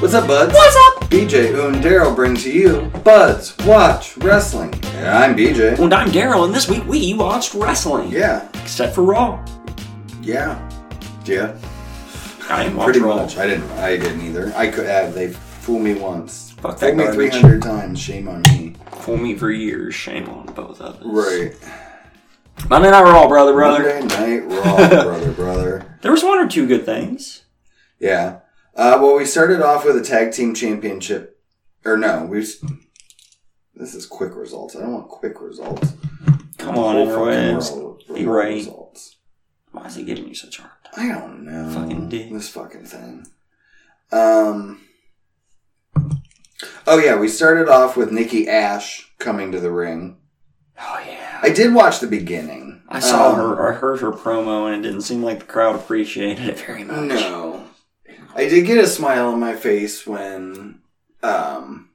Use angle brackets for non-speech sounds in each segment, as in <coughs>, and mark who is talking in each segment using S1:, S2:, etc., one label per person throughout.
S1: What's up, buds?
S2: What's up?
S1: BJ, Ooh, and Daryl bring to you Buds Watch Wrestling. Yeah, I'm BJ.
S2: And I'm Daryl, and this week we watched wrestling.
S1: Yeah,
S2: Except for Raw.
S1: yeah, yeah.
S2: I didn't watch
S1: Pretty
S2: Raw.
S1: much. I didn't. I didn't either. I could have. They fooled me once.
S2: Fuck that
S1: Fooled me
S2: garbage.
S1: 300 times. Shame on me.
S2: For me for years. Shame on both of us.
S1: Right.
S2: Monday Night Raw, brother, brother.
S1: Monday Night <laughs> Raw, brother, brother.
S2: There was one or two good things.
S1: Yeah. Uh, well, we started off with a tag team championship, or no? We. s- This is quick results. I don't want quick results.
S2: Come on,
S1: Whole fucking
S2: interwebs.
S1: world-
S2: Be
S1: world
S2: right.
S1: Results.
S2: Why is he giving you such a hard time?
S1: I don't know.
S2: Fucking dick.
S1: This fucking thing. Um. Oh yeah, we started off with Nikki Ash coming to the ring.
S2: Oh, yeah.
S1: I did watch the beginning.
S2: I saw
S1: Um,
S2: her, I heard her promo, and it didn't seem like the crowd appreciated it very much.
S1: No. I did get a smile on my face when um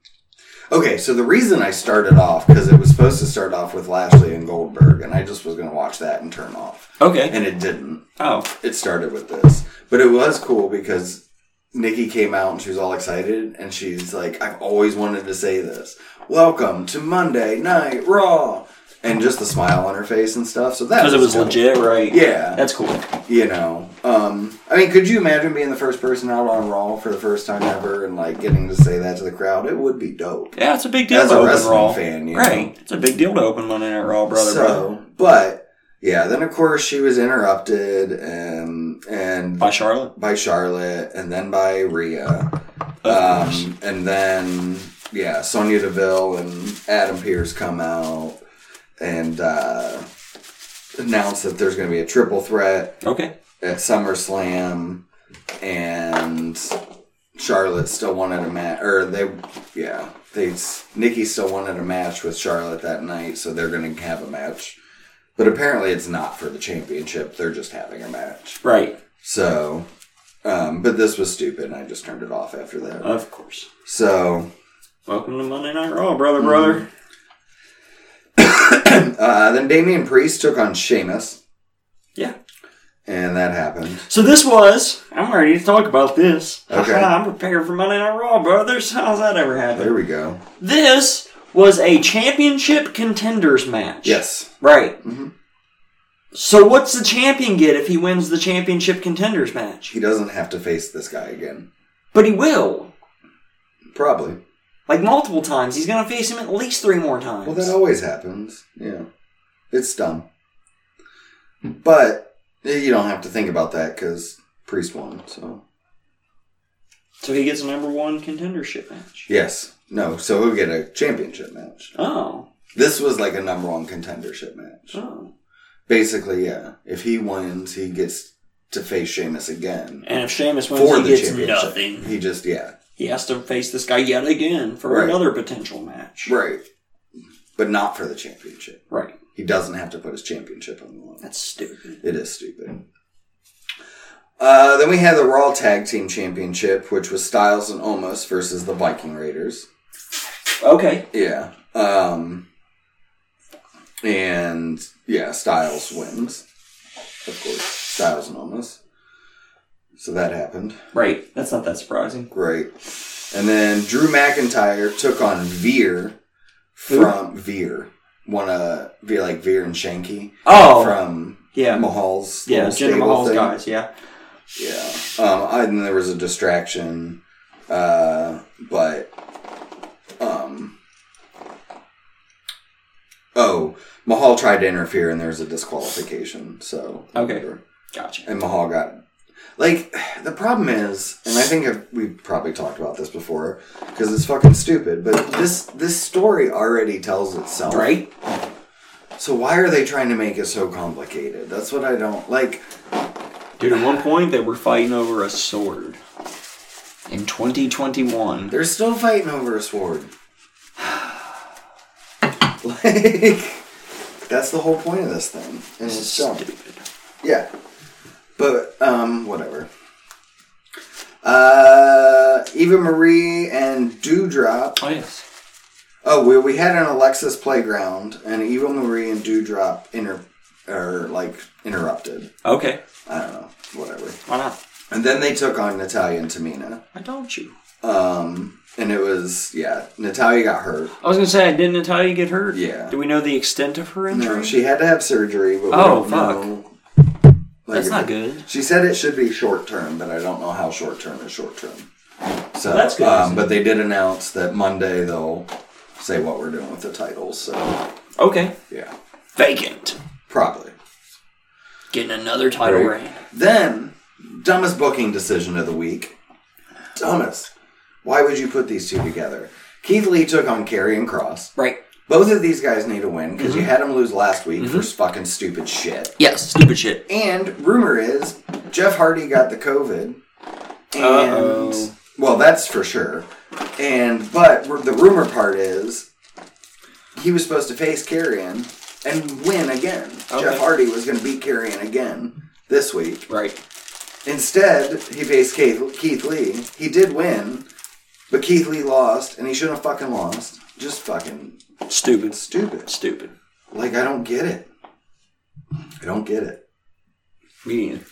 S1: Okay, so the reason I started off because it was supposed to start off with Lashley and Goldberg and I just was going to watch that and turn off.
S2: Okay.
S1: And it didn't.
S2: Oh,
S1: It started with this. But it was cool because Nikki came out and she was all excited and she's like I've always wanted to say this. Welcome to Monday Night Raw. And just the smile on her face and stuff. So that
S2: because it was
S1: cool.
S2: legit, right?
S1: Yeah
S2: That's cool.
S1: you know um i mean could you imagine being the first person out on raw for the first time ever and like getting to say that to the crowd it would be dope
S2: Yeah, it's a big deal
S1: As
S2: to
S1: a
S2: open
S1: wrestling
S2: Raw.
S1: fan, you
S2: Right. It's a big deal to open Monday Night Raw, brother, brother.
S1: so but yeah then of course she was interrupted and and
S2: By Charlotte.
S1: by charlotte and then by Rhea.
S2: Of course.
S1: um and then yeah sonia deville and adam pierce come out and uh announce that there's going to be a triple threat
S2: Okay.
S1: at SummerSlam, and Charlotte still wanted a match, or they, yeah, they Nikki still wanted a match with Charlotte that night, so they're gonna have a match. But apparently, it's not for the championship; they're just having a match.
S2: Right.
S1: So, um, but this was stupid, and I just turned it off after that.
S2: Of course.
S1: So, <clears throat>
S2: Welcome to Monday Night Raw, brother,
S1: Hmm.
S2: brother.
S1: uh, then Damian Priest took on Sheamus,
S2: Yeah.
S1: and that happened.
S2: So this was. I'm ready to talk about this.
S1: Okay.
S2: I'm prepared for Monday Night Raw, brothers. How's that ever happen?
S1: There we go.
S2: This was a championship contenders match.
S1: Yes.
S2: Right.
S1: Mhm.
S2: So what's the champion get if he wins the championship contenders match?
S1: He doesn't have to face this guy again.
S2: But he will.
S1: Probably.
S2: Like multiple times. He's gonna face him at least three more times.
S1: Well, oh- that always happens. Yeah. It's dumb. But eh, you don't have to think about that because Priest won, so.
S2: so he gets a number one contendership match.
S1: Yes. No, so he'll get a championship match.
S2: Oh.
S1: This was like a number one contendership match.
S2: Oh.
S1: Basically, yeah. If he wins, he gets to face Sheamus again
S2: And if Sheamus wins,
S1: for
S2: he
S1: the
S2: gets
S1: championship.
S2: nothing.
S1: He just, yeah.
S2: He has to face this guy yet again for
S1: Right.
S2: another potential match.
S1: Right. But not for the championship.
S2: Right.
S1: He doesn't have to put his championship on the line.
S2: That's stupid.
S1: It is stupid. Uh, then we had the Raw Tag Team Championship, which was Styles and Omos versus the Viking Raiders.
S2: Okay.
S1: Yeah. Um, and yeah, Styles wins. Of course, Styles and Omos. So that happened.
S2: Right. That's not that surprising.
S1: Great. And then Drew McIntyre took on Veer from Veer. One uh Veer like Veer and Shanky
S2: Oh.
S1: from
S2: yeah.
S1: Mahal's
S2: yeah.
S1: little
S2: Jinder
S1: stable
S2: Mahal's
S1: thing.
S2: guys. Yeah.
S1: Yeah. Um, I, and there was a distraction, uh, but um, oh, Mahal tried to interfere, and there was a disqualification. So
S2: Okay. Gotcha.
S1: and Mahal got like the problem is, and I think I've, we've probably talked about this before because it's fucking stupid. But this this story already tells itself,
S2: Right.
S1: So why are they trying to make it so complicated? That's what I don't like.
S2: Dude, at one point they were fighting over a sword. In 2021.
S1: They're still fighting over a sword. <sighs> like, that's the whole point of this thing. And
S2: This is
S1: it's dumb.
S2: stupid.
S1: Yeah. But, um, whatever. Uh, Eva Marie and Dewdrop.
S2: Oh, yes.
S1: Oh, we, we had an Alexis playground, and Eva Marie and Dewdrop inter, or like, interrupted.
S2: Okay.
S1: I don't know. Whatever.
S2: Why not?
S1: And then they took on Natalia and Tamina.
S2: I told you.
S1: Um, and it was yeah, Natalia got hurt.
S2: I was gonna say, didn't Natalia get hurt?
S1: Yeah.
S2: Do we know the extent of her injury?
S1: No, she had to have surgery, but we
S2: Oh,
S1: don't
S2: fuck.
S1: know. Like,
S2: That's not
S1: if-
S2: good.
S1: She said it should be short term, but I don't know how short term is short term. So
S2: Well, that's good.
S1: Um, but they did announce that Monday they'll say what we're doing with the titles. So
S2: Okay.
S1: yeah,
S2: Vacant.
S1: probably.
S2: Getting another title
S1: Right.
S2: reign.
S1: Then dumbest booking decision of the week. Dumbest. Why would you put these two together? Keith Lee took on Kerry and Cross.
S2: Right.
S1: Both of these guys need a win because
S2: Mm-hmm.
S1: you had them lose last week for fucking stupid shit.
S2: Yes. Stupid shit.
S1: And rumor is Jeff Hardy got the COVID. And
S2: Uh-oh.
S1: well, that's for sure. And but r- the rumor part is he was supposed to face Carrion and win again.
S2: Okay.
S1: Jeff Hardy was going to beat Carrion again this week.
S2: Right.
S1: Instead, he faced Keith, Keith Lee. He did win, but Keith Lee lost, and he shouldn't have fucking lost. Just fucking
S2: Stupid.
S1: stupid.
S2: Stupid.
S1: Like I don't get it. I don't get it.
S2: Me neither.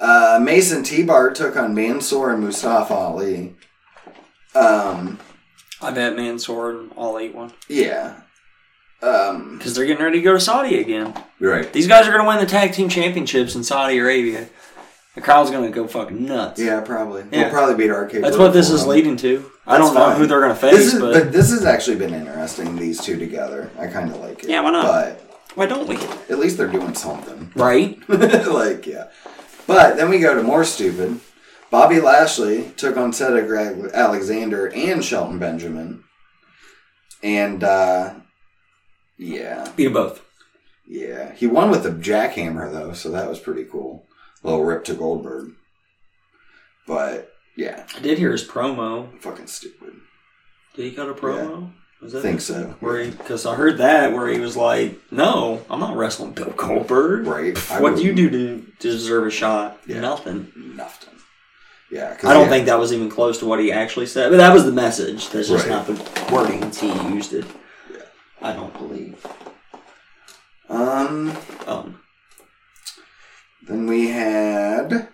S1: Uh, Mason T-Bar took on Mansoor and Mustafa Ali. Um,
S2: I bet Mansoor and all eight one
S1: yeah. Um,
S2: because they're getting ready to go to Saudi again.
S1: right.
S2: These guys are gonna win the tag team championships in Saudi Arabia. The crowd's gonna go fucking nuts.
S1: Yeah, probably.
S2: Yeah.
S1: We'll probably beat Arcade.
S2: That's
S1: Road
S2: what this
S1: for
S2: is
S1: them.
S2: leading to. I
S1: That's
S2: don't know
S1: fine.
S2: who they're gonna face,
S1: This is,
S2: but,
S1: but, this has actually been interesting. These two together, I kind of like it.
S2: Yeah, why not?
S1: But
S2: why don't we?
S1: at least they're doing something.
S2: Right?
S1: <laughs> like, yeah. But then we go to more stupid. Bobby Lashley took on Cedric Ag- Alexander and Shelton Benjamin. And, uh, yeah,
S2: Beat 'em both.
S1: yeah. He won with the jackhammer, though, so that was pretty cool. Little rip to Goldberg. But, yeah,
S2: I did hear his promo.
S1: fucking stupid.
S2: Did he cut a promo? Was
S1: Think so.
S2: Where because I heard that where he was like, "No, I'm not wrestling Bill Goldberg.
S1: Right? I
S2: what do you
S1: wouldn't-
S2: do to deserve a shot?
S1: Yeah.
S2: Nothing.
S1: Nothing. Yeah, 'cause,
S2: I don't
S1: yeah,
S2: think that was even close to what he actually said, but that was the message. That's just
S1: Right.
S2: not the wording as he used it. I don't believe.
S1: Um,
S2: Um,
S1: then we had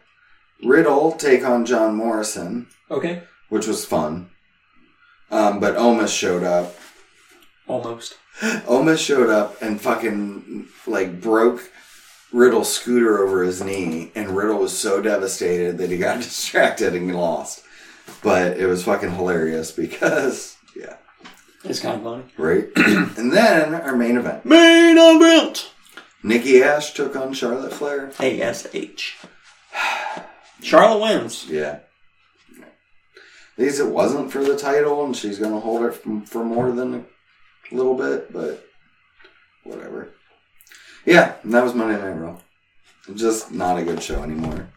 S1: Riddle take on John Morrison.
S2: okay,
S1: which was fun. Um, but Omas showed up.
S2: almost.
S1: Omas showed up and fucking like broke Riddle's scooter over his knee, and Riddle was so devastated that he got <laughs> distracted and lost. But it was fucking hilarious because yeah,
S2: It's kind of funny.
S1: right. <clears throat> and then our main event:
S2: Main event.
S1: Nikki Ash took on Charlotte Flair.
S2: ASH. Charlotte wins.
S1: Yeah. At least it wasn't for the title, and she's gonna hold it for, for more than a little bit, but whatever. Yeah, and that was Monday Night Raw. Just not a good show anymore.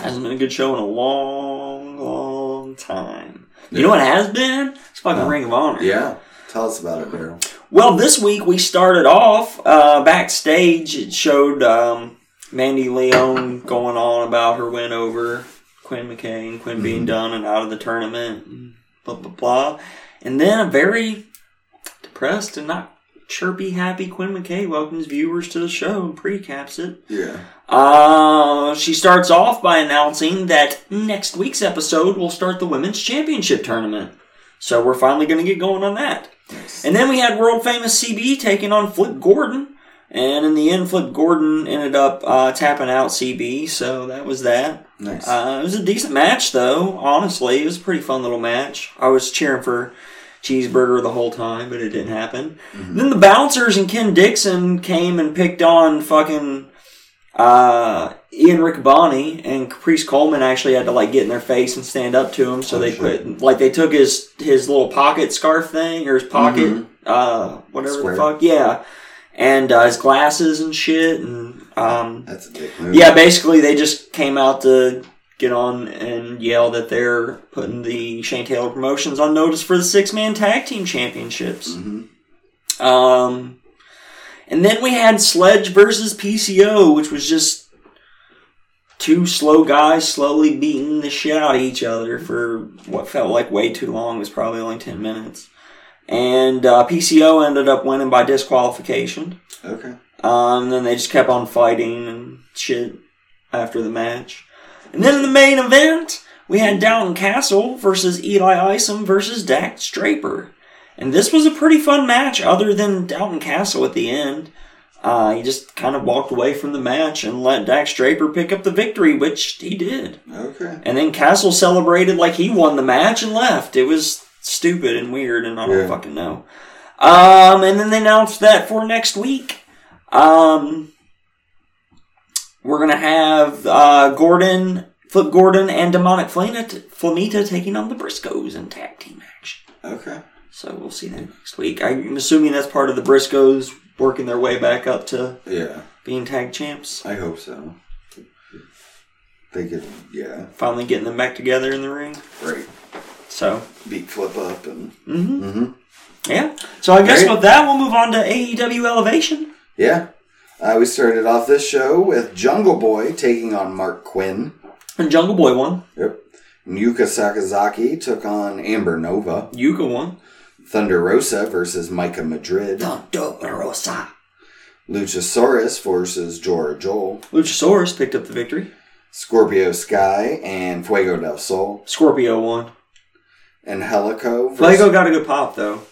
S2: Hasn't been a good show in a long, long time. You know what has been? It's fucking Ring of Honor.
S1: Yeah, tell us about it, Daryl.
S2: Well, this week we started off uh, backstage. It showed um, Mandy Leon going on about her win over Quinn McCain, Quinn being done and out of the tournament, and blah, blah, blah. And then a very depressed and not chirpy, happy Quinn McKay welcomes viewers to the show and pre-caps it.
S1: Yeah,
S2: Uh, she starts off by announcing that next week's episode will start the Women's Championship Tournament. So we're finally going to get going on that. And then we had world famous CB taking on Flip Gordon. And in the end, Flip Gordon ended up uh, tapping out CB. So that was that.
S1: nice.
S2: Uh, it was a decent match, though. Honestly, it was a pretty fun little match. I was cheering for Cheeseburger the whole time, but it didn't happen.
S1: Mm-hmm.
S2: Then the bouncers and Ken Dixon came and picked on fucking uh, Ian Riccaboni, and Caprice Coleman actually had to like get in their face and stand up to him. So
S1: Oh,
S2: they
S1: shit.
S2: put like they took his his little pocket scarf thing or his pocket
S1: Mhm.
S2: uh whatever
S1: Square.
S2: the fuck yeah, and uh, his glasses and shit and um
S1: That's a dick move.
S2: yeah, basically they just came out to get on and yell that they're putting the Shane Taylor promotions on notice for the six man tag team championships.
S1: hmm
S2: Um, and then we had Sledge versus PCO, which was just two slow guys slowly beating the shit out of each other for what felt like way too long. It was probably only 10 minutes. And uh, PCO ended up winning by disqualification.
S1: Okay.
S2: Um, then they just kept on fighting and shit after the match. And then in the main event, we had Dalton Castle versus Eli Isom versus Dak Draper. And this was a pretty fun match, other than Dalton Castle at the end. Uh, he just kind of walked away from the match and let Dax Draper pick up the victory, which he did.
S1: Okay.
S2: And then Castle celebrated like he won the match and left. It was stupid and weird, and I don't
S1: Yeah.
S2: fucking know. Um, and then they announced that for next week, um, we're gonna have uh, Gordon, Flip Gordon, and Demonic Flamita, Flamita taking on the Briscoes in tag team action.
S1: Okay.
S2: So we'll see that next week. I'm assuming that's part of the Briscoes working their way back up to
S1: Yeah.
S2: being tag champs,
S1: I hope so. They could, yeah,
S2: finally getting them back together in the ring.
S1: great.
S2: So,
S1: Beat flip up and
S2: hmm
S1: Mhm.
S2: Yeah. So I guess
S1: Great.
S2: with that, we'll move on to AEW Elevation.
S1: yeah. Uh, we started off this show with Jungle Boy taking on Mark Quinn.
S2: And Jungle Boy won.
S1: Yep. Yuka Sakazaki took on Amber Nova.
S2: Yuka won.
S1: Thunder Rosa versus Micah Madrid.
S2: Rosa.
S1: Luchasaurus versus Jorah Joel.
S2: Luchasaurus picked up the victory.
S1: Scorpio Sky and Fuego del Sol.
S2: Scorpio won.
S1: And Helico. versus-
S2: Fuego got a good pop though.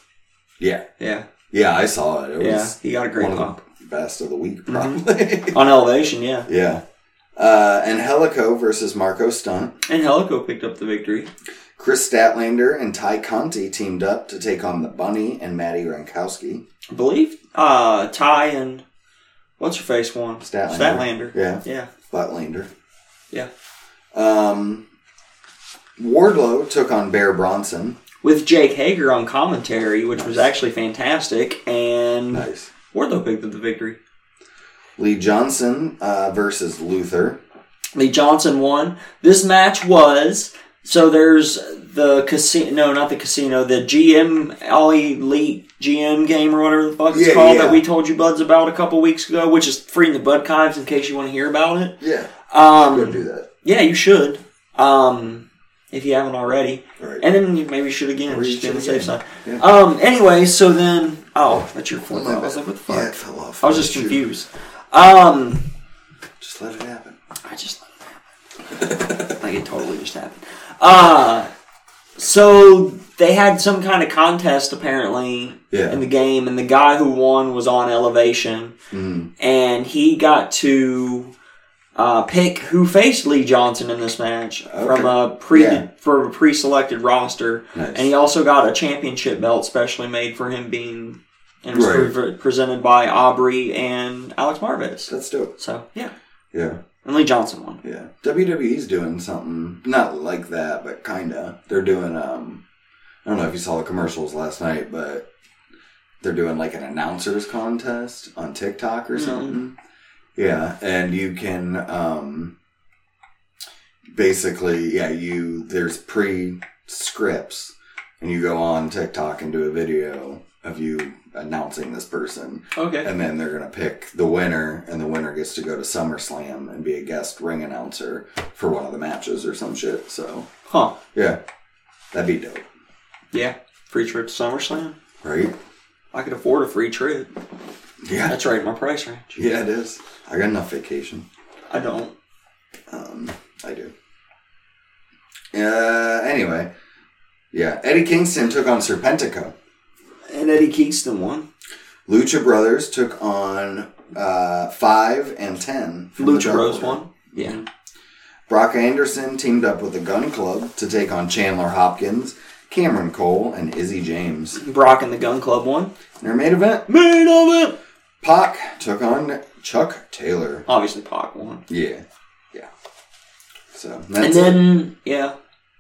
S1: Yeah.
S2: Yeah.
S1: Yeah, I saw it. It
S2: Yeah.
S1: was
S2: He got a great
S1: one
S2: pop.
S1: of the best of the week,
S2: Mhm.
S1: probably. <laughs>
S2: On Elevation, yeah.
S1: yeah. Uh, and Helico versus Marco Stunt.
S2: And Helico picked up the victory.
S1: Chris Statlander and Ty Conti teamed up to take on the Bunny and Maddie Rankowski.
S2: I believe uh Ty and what's her face won?
S1: Statlander.
S2: Statlander.
S1: Yeah,
S2: Yeah.
S1: Statlander.
S2: Yeah.
S1: Um, Wardlow took on Bear Bronson.
S2: With Jake Hager on commentary, which was actually fantastic, and
S1: Nice.
S2: Wardlow picked up the victory.
S1: Lee Johnson uh, versus Luther.
S2: Lee Johnson won. This match was so there's the casino, no, not the casino, the GM All Elite GM game or whatever the fuck it's
S1: Yeah,
S2: called
S1: yeah.
S2: that we told you buds about a couple weeks ago, which is free in the Bud Kives in case you want to hear about it.
S1: Yeah,
S2: Um,
S1: do that.
S2: yeah, you should um, if you haven't already,
S1: Right.
S2: and then you maybe should again
S1: Or you
S2: just be on the
S1: should
S2: safe side.
S1: again.
S2: Um, anyway, so then oh, that's your phone.
S1: My
S2: I was
S1: bad.
S2: like, what the
S1: Yeah, it
S2: fuck?
S1: fell off.
S2: I was just
S1: Shoot.
S2: confused. Um,
S1: Just let it happen.
S2: I just like it totally just happened. Uh so they had some kind of contest apparently
S1: Yeah.
S2: in the game, and the guy who won was on elevation,
S1: Mm.
S2: and he got to uh, pick who faced Lee Johnson in this match from a pre
S1: Yeah.
S2: for a pre-selected roster,
S1: Nice.
S2: and he also got a championship belt specially made for him being and it was
S1: Right.
S2: pre- presented by Aubrey and Alex Marvez.
S1: That's dope.
S2: So yeah,
S1: Yeah,
S2: and Lee Johnson won.
S1: yeah. WWE's doing something not like that, but kinda. They're doing. um I don't know if you saw the commercials last night, but they're doing like an announcers contest on TikTok or
S2: Mhm.
S1: something. Yeah, and you can um basically, yeah, you there's pre scripts, and you go on TikTok and do a video of you announcing this person
S2: Okay.
S1: And then they're going to pick the winner, and the winner gets to go to SummerSlam and be a guest ring announcer for one of the matches or some shit. So,
S2: Huh.
S1: yeah, that'd be dope,
S2: Yeah. Free trip to SummerSlam.
S1: right?
S2: I could afford a free trip.
S1: Yeah.
S2: That's right in my price range.
S1: Yeah, it is. I got enough vacation.
S2: I don't.
S1: Um, I do. Uh, anyway, yeah. Eddie Kingston took on Serpentico.
S2: And Eddie Kingston won.
S1: Lucha Brothers took on uh, 5 and 10. from the
S2: Lucha
S1: Dark
S2: Bros
S1: Order.
S2: won. Yeah.
S1: Brock Anderson teamed up with the Gun Club to take on Chandler Hopkins, Cameron Cole, and Izzy James.
S2: Brock and the Gun Club won.
S1: In their main event,
S2: Main event.
S1: Pac took on Chuck Taylor.
S2: Obviously, Pac won.
S1: Yeah. Yeah. So
S2: And
S1: that's it.
S2: then yeah,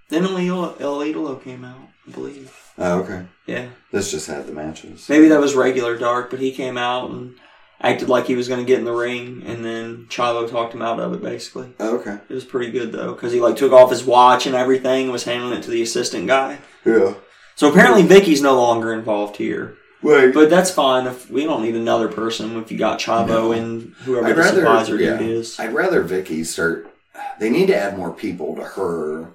S2: then El Idolo, El Idolo came out, I believe.
S1: Oh, okay.
S2: Yeah.
S1: This just had the matches.
S2: Maybe that was regular Dark, but he came out and acted like he was going to get in the ring, and then Chavo talked him out of it. Basically,
S1: Oh, okay.
S2: it was pretty good though, because he like took off his watch and everything, and was handing it to the assistant guy.
S1: Yeah.
S2: So apparently Vicky's no longer involved here.
S1: Wait.
S2: But that's fine if we don't need another person if you got Chavo
S1: No.
S2: and whoever
S1: I'd
S2: the
S1: rather,
S2: supervisor
S1: yeah,
S2: dude is.
S1: I'd rather Vicky start. They need to add more people to her.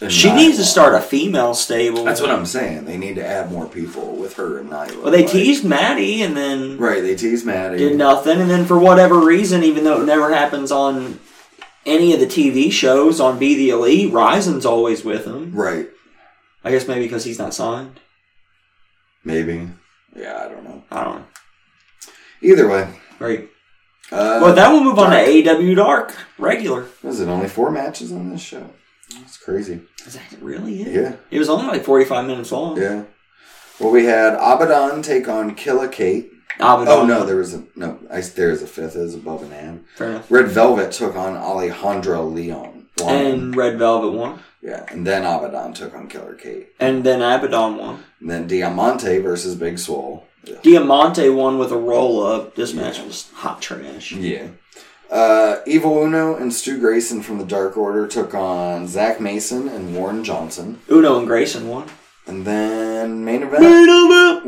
S1: than
S2: She
S1: Nyla.
S2: needs to start a female stable.
S1: That's what I'm saying. They need to add more people with her and Nyla.
S2: Well, they
S1: Like-
S2: teased Maddie and then
S1: Right, they tease Maddie.
S2: did nothing, and then for whatever reason, even though it never happens on any of the TV shows on Be the Elite. Ryzen's always with him.
S1: Right.
S2: I guess maybe because he's not signed.
S1: Maybe. Yeah, I don't know.
S2: I don't know.
S1: Either way.
S2: Great.
S1: Uh,
S2: well, that will move on
S1: Dark.
S2: to AW Dark regular.
S1: Was it only four matches on this show? That's crazy.
S2: Is that really it?
S1: Yeah,
S2: It was only like forty-five minutes long.
S1: yeah. Well, we had Abaddon take on Killa Kate.
S2: Abaddon.
S1: Oh no, there was a no. I, there is a fifth. Is above an am.
S2: Fair enough.
S1: Red Velvet took on Alejandro Leon.
S2: And Red Velvet won,
S1: yeah, and then Abaddon took on Killer Kate.
S2: and then Abaddon won.
S1: And then Diamante versus Big Swole. Ugh.
S2: Diamante won with a roll-up. This match
S1: Yeah.
S2: was hot trash.
S1: Yeah. Uh, Evil Uno and Stu Grayson from the Dark Order took on Zack Mason and Warren Johnson.
S2: Uno and Grayson won.
S1: And then main event.
S2: Main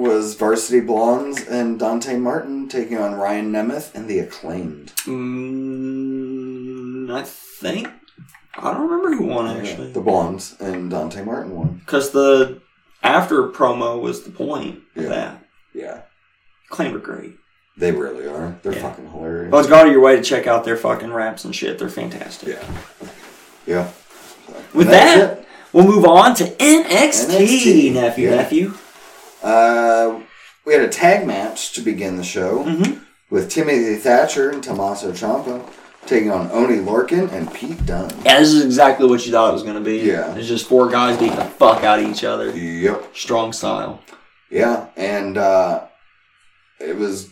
S1: was Varsity Blondes and Dante Martin taking on Ryan Nemeth and the Acclaimed.
S2: Mm, I think I don't remember who won Oh, actually.
S1: The Blondes and Dante Martin won.
S2: Because the after promo was the point
S1: Yeah.
S2: of that.
S1: Yeah,
S2: Claim were great.
S1: they really are. They're
S2: Yeah.
S1: fucking hilarious.
S2: Let's go out of your way to check out their fucking raps and shit. They're fantastic.
S1: Yeah, yeah. So,
S2: With
S1: and that's
S2: that,
S1: it.
S2: we'll move on to NXT,
S1: NXT,
S2: nephew,
S1: yeah.
S2: nephew.
S1: uh, we had a tag match to begin the show
S2: Mhm.
S1: with Timothy Thatcher and Tommaso Ciampa taking on Oni Lorkin and Pete Dunne.
S2: Yeah, this is exactly what you thought it was gonna be.
S1: Yeah.
S2: it's just four guys beating the fuck out of each other.
S1: Yep.
S2: Strong style.
S1: Yeah, and uh, it was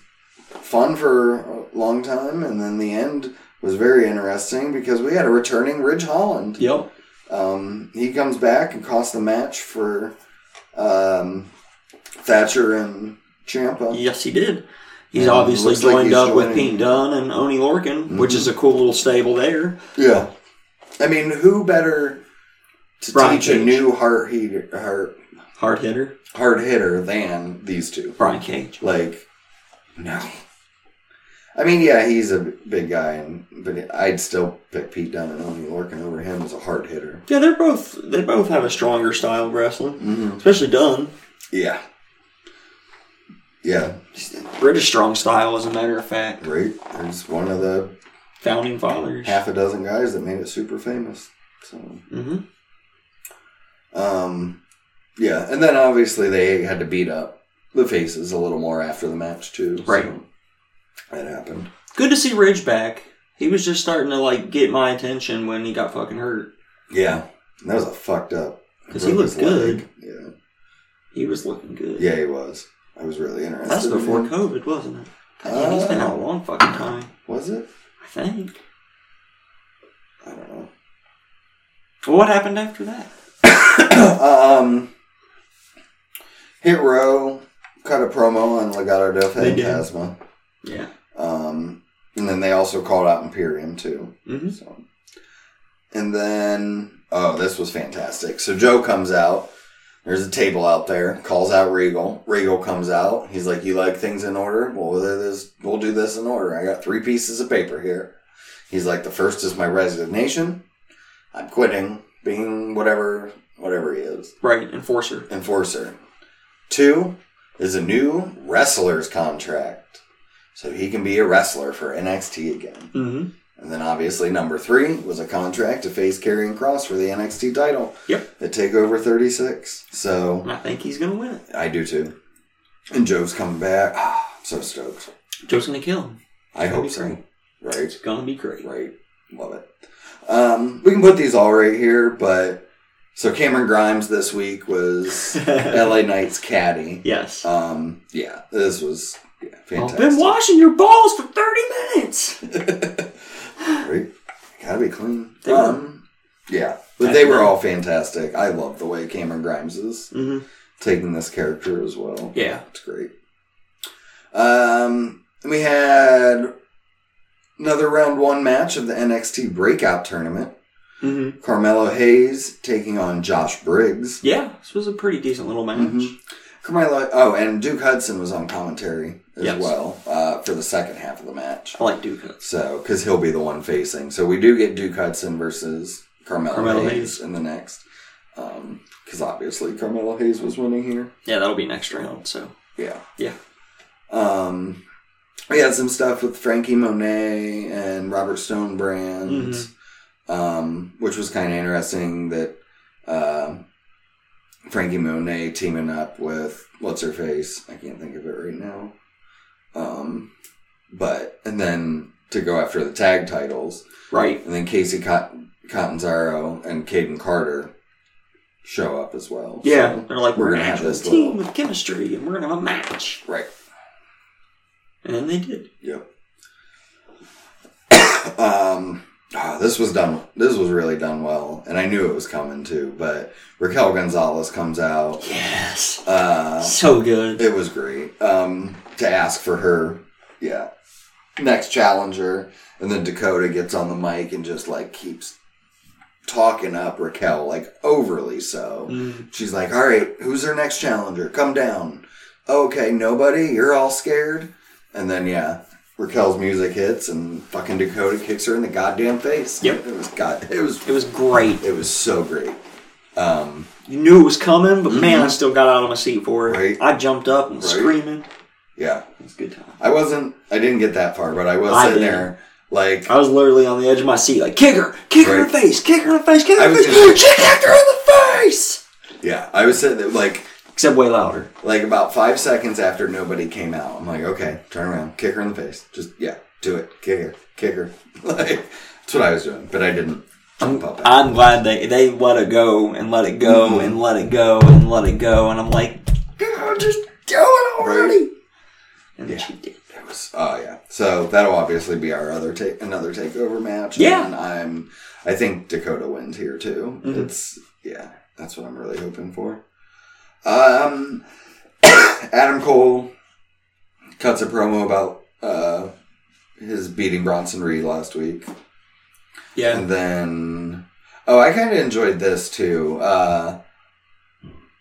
S1: fun for a long time, and then the end was very interesting because we had a returning Ridge Holland.
S2: Yep.
S1: Um, he comes back and costs the match for um, Thatcher and Champa.
S2: Yes, he did. He's
S1: Yeah,
S2: obviously
S1: looks like
S2: joined
S1: he's
S2: up with
S1: joining- Mm-hmm.
S2: Pete Dunne and Oni Lorcan, which is a cool little stable there.
S1: Yeah, I mean, who better to
S2: Brian
S1: teach a
S2: Cage.
S1: new heart heater, heart
S2: Hard hitter,
S1: hard hitter than these two?
S2: Brian Cage.
S1: Like, no. I mean, yeah, he's a big guy, and but I'd still pick Pete Dunne and Oni Lorcan over him as a hard hitter.
S2: Yeah, they're both they both have a stronger style of wrestling,
S1: Mm-hmm.
S2: especially Dunn.
S1: Yeah. Yeah,
S2: British strong style, as a matter of fact.
S1: right. There's one of the
S2: Founding fathers.
S1: half a dozen guys that made it super famous. So,
S2: hmm
S1: um, yeah, and then obviously they had to beat up the faces a little more after the match too. so
S2: Right.
S1: that happened.
S2: Good to see Ridge back. He was just starting to like get my attention when he got fucking hurt.
S1: Yeah, And that was a fucked up.
S2: 'Cause he
S1: broke his
S2: looked good.
S1: leg. Yeah.
S2: He was looking good.
S1: Yeah, he was. I was really interested.
S2: That's
S1: in
S2: before
S1: him.
S2: COVID, wasn't it? God damn, he's been out a
S1: Uh.
S2: long fucking time.
S1: Was it?
S2: I think.
S1: I don't know.
S2: Well, what happened after
S1: <clears throat>
S2: that?
S1: um, Hit Row cut a promo on Legado del
S2: They did.
S1: Fantasma.
S2: Yeah.
S1: Um, and then they also called out Imperium too.
S2: hmm
S1: So. And then, oh, this was fantastic. So Joe comes out. There's a table out there. Calls out Regal. Regal comes out. He's like, "You like things in order? Well, there- there's- we'll do this in order. I got three pieces of paper here." He's like, "The first is my resignation. I'm quitting being whatever, whatever he is,
S2: Right. Enforcer.
S1: enforcer. Two is a new wrestler's contract, so he can be a wrestler for NXT again."
S2: hmm
S1: And then obviously number three was a contract to face Karrion Cross for the NXT title.
S2: Yep.
S1: At Takeover 36. So
S2: And I think he's gonna win it.
S1: I do too. And Joe's coming back. Ah, I'm so stoked.
S2: Joe's gonna kill him.
S1: I
S2: That'd
S1: hope
S2: be
S1: so.
S2: great.
S1: Right.
S2: It's gonna be great.
S1: Right. Love it. Um, we can put these all right here, but so Cameron Grimes this week
S2: <laughs>
S1: was LA Knight's caddy.
S2: <laughs> yes.
S1: Um, yeah, this was yeah,
S2: I've
S1: fantastic.
S2: been washing your balls for 30 minutes.
S1: Right? Gotta be clean.
S2: They
S1: um, yeah. But they were all fantastic. I love the way Cameron Grimes is
S2: hmm
S1: taking this character as well.
S2: Yeah.
S1: It's great. Um, we had another round one match of the NXT breakout tournament.
S2: hmm
S1: Mm-hmm. Carmelo Hayes taking on Josh Briggs.
S2: Yeah, this was a pretty decent little match.
S1: Mhm. Carmelo, oh, and Duke Hudson was on commentary as
S2: Yes.
S1: well uh, for the second half of the match.
S2: I like Duca.
S1: So, because he'll be the one facing. So we do get Duke Hudson versus Carmelo,
S2: Carmelo
S1: Hayes,
S2: Hayes.
S1: in the next. Because obviously Carmelo Hayes was winning here.
S2: Yeah, that'll be next round. So
S1: Yeah.
S2: Yeah.
S1: Um, we had some stuff with Frankie Monet and Robert Stonebrand.
S2: Mhm.
S1: um, which was kind of interesting that uh, Frankie Monet teaming up with what's her face. I can't think of it right now. Um, but and then to go after the tag titles,
S2: Right.
S1: and then Casey Cot- Catanzaro and Caden Carter show up as well.
S2: Yeah.
S1: So,
S2: They're like,
S1: We're
S2: we're,
S1: gonna
S2: an
S1: have
S2: actual
S1: this
S2: team
S1: little-
S2: with chemistry and we're going to have a match.
S1: right.
S2: And they did.
S1: Yep. <coughs> um, ah, this was done. This was really done well, and I knew it was coming too. But Raquel Gonzalez comes out.
S2: Yes.
S1: Uh,
S2: So good.
S1: it was great. Um, to ask for her, yeah, next challenger, and then Dakota gets on the mic and just like keeps talking up Raquel like overly so.
S2: Mm.
S1: She's like, all right, who's their next challenger? Come down. Okay, nobody? You're all scared? And then, yeah, Raquel's music hits and fucking Dakota kicks her in the goddamn face.
S2: Yep.
S1: It was, god, it was,
S2: It was great.
S1: it was so great. Um,
S2: You knew it was coming, but man, I still got out of my seat for it.
S1: Mm-hmm. Right.
S2: I jumped up and was
S1: Right.
S2: screaming.
S1: yeah.
S2: It was a good time.
S1: I wasn't, I didn't get that far, but I was
S2: I
S1: sitting
S2: did.
S1: there like,
S2: I was literally on the edge of my seat, like, kick her, kick her in the
S1: Right.
S2: face, kick her in the face, kick her
S1: I
S2: in the
S1: was
S2: face,
S1: just-
S2: she kicked her in the face!
S1: yeah, I was sitting there like,
S2: Except way louder.
S1: like about five seconds after nobody came out, I'm like, okay, turn around, kick her in the face. Just, yeah, do it. Kick her, kick her. <laughs> like, that's what I was doing, but I didn't jump up.
S2: I'm glad they, they let it go and let it go
S1: Mhm.
S2: and let it go and let it go. And I'm like, girl, just do it already. And
S1: Yeah.
S2: she did.
S1: It was- Oh yeah. So that'll obviously be our other take another takeover match.
S2: Yeah.
S1: And I'm I think Dakota wins here too.
S2: Mhm.
S1: It's yeah, that's what I'm really hoping for. Um <coughs> Adam Cole cuts a promo about uh his beating Bronson Reed last week.
S2: Yeah.
S1: And then oh, I kind of enjoyed this too. Uh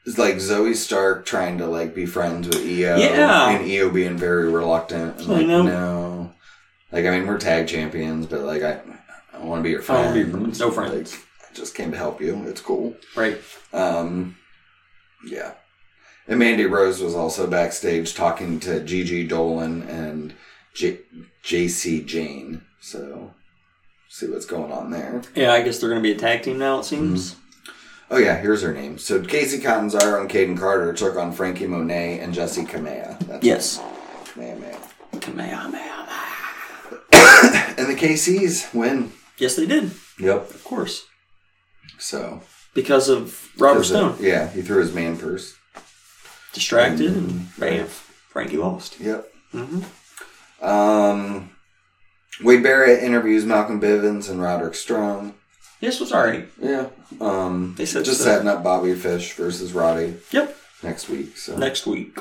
S1: it's like Zoe Stark trying to like be friends with EO,
S2: Yeah.
S1: and EO being very reluctant. And
S2: I
S1: like,
S2: know.
S1: No, like I mean, we're tag champions, but like I, I want to be your
S2: I
S1: friend.
S2: wanna be your friends. No friends.
S1: Like, I just came to help you. It's cool.
S2: Right.
S1: Um, yeah. And Mandy Rose was also backstage talking to Gigi Dolan and J- JC Jane. So, see what's going on there.
S2: Yeah, I guess they're going to be a tag team now, it seems.
S1: Oh, yeah, here's her name. So, Casey Catanzaro and Caden Carter took on Frankie Monet and Jesse Kamea. That's
S2: Yes.
S1: Kamehameha.
S2: Kamehameha.
S1: And the KCs win.
S2: Yes, they did.
S1: Yep.
S2: Of course.
S1: So,
S2: Because of Robert
S1: 'cause of-
S2: Stone.
S1: yeah, he threw his man purse.
S2: Distracted and bam. Frankie lost.
S1: Yep.
S2: Mm-hmm.
S1: Um, Wade Barrett interviews Malcolm Bivens and Roderick Strong.
S2: This was alright.
S1: Yeah. Um,
S2: They said
S1: just
S2: so.
S1: setting up Bobby Fish versus Roddy
S2: Yep.
S1: next week. So
S2: Next week.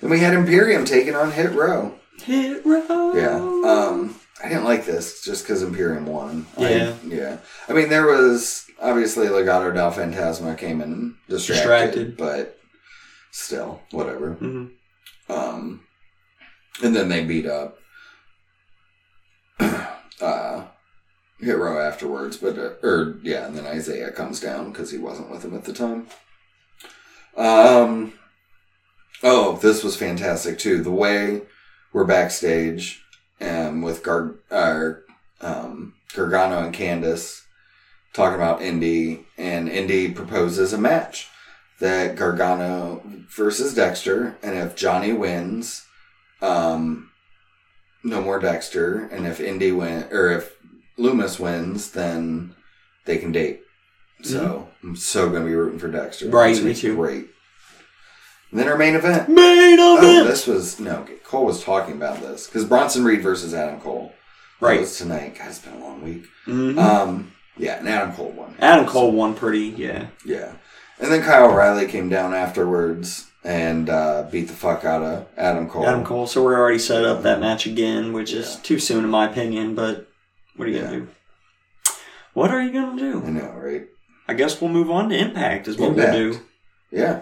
S1: then we had Imperium taking on Hit Row.
S2: Hit row.
S1: Yeah. Um, I didn't like this just because Imperium won. I-
S2: Yeah.
S1: yeah. I mean, there was obviously Legado del Fantasma came and distracted,
S2: Distracted.
S1: but still, whatever.
S2: Mhm.
S1: Um, and then they beat up <clears throat> uh, Hit Row afterwards, but uh, or yeah, and then Isaiah comes down because he wasn't with him at the time. Um, oh, this was fantastic too. The way we're backstage um, with Gar- our, um, Gargano and Candace talking about Indy, and Indy proposes a match that Gargano versus Dexter, and if Johnny wins, um, no more Dexter, and if Indy win or if Loomis wins, then they can date. So I'm so gonna be rooting for Dexter.
S2: Mm-hmm. Right,
S1: This
S2: me
S1: was
S2: too.
S1: Great. And then our main event.
S2: Made of
S1: Oh,
S2: it.
S1: this was no. Cole was talking about this because Bronson Reed versus Adam Cole. That
S2: Right.
S1: was tonight. God, it's been a long week.
S2: Mhm.
S1: Um, yeah, and Adam Cole won.
S2: Adam Cole won pretty, yeah.
S1: Yeah. And then Kyle Riley came down afterwards and uh, beat the fuck out of Adam Cole.
S2: Adam Cole. So we're already set up that match again, which is
S1: Yeah.
S2: too soon in my opinion, but what are you gonna do? What are you gonna
S1: I
S2: do?
S1: know, right?
S2: I guess we'll move on to Impact is what
S1: Impact.
S2: we'll do.
S1: Yeah.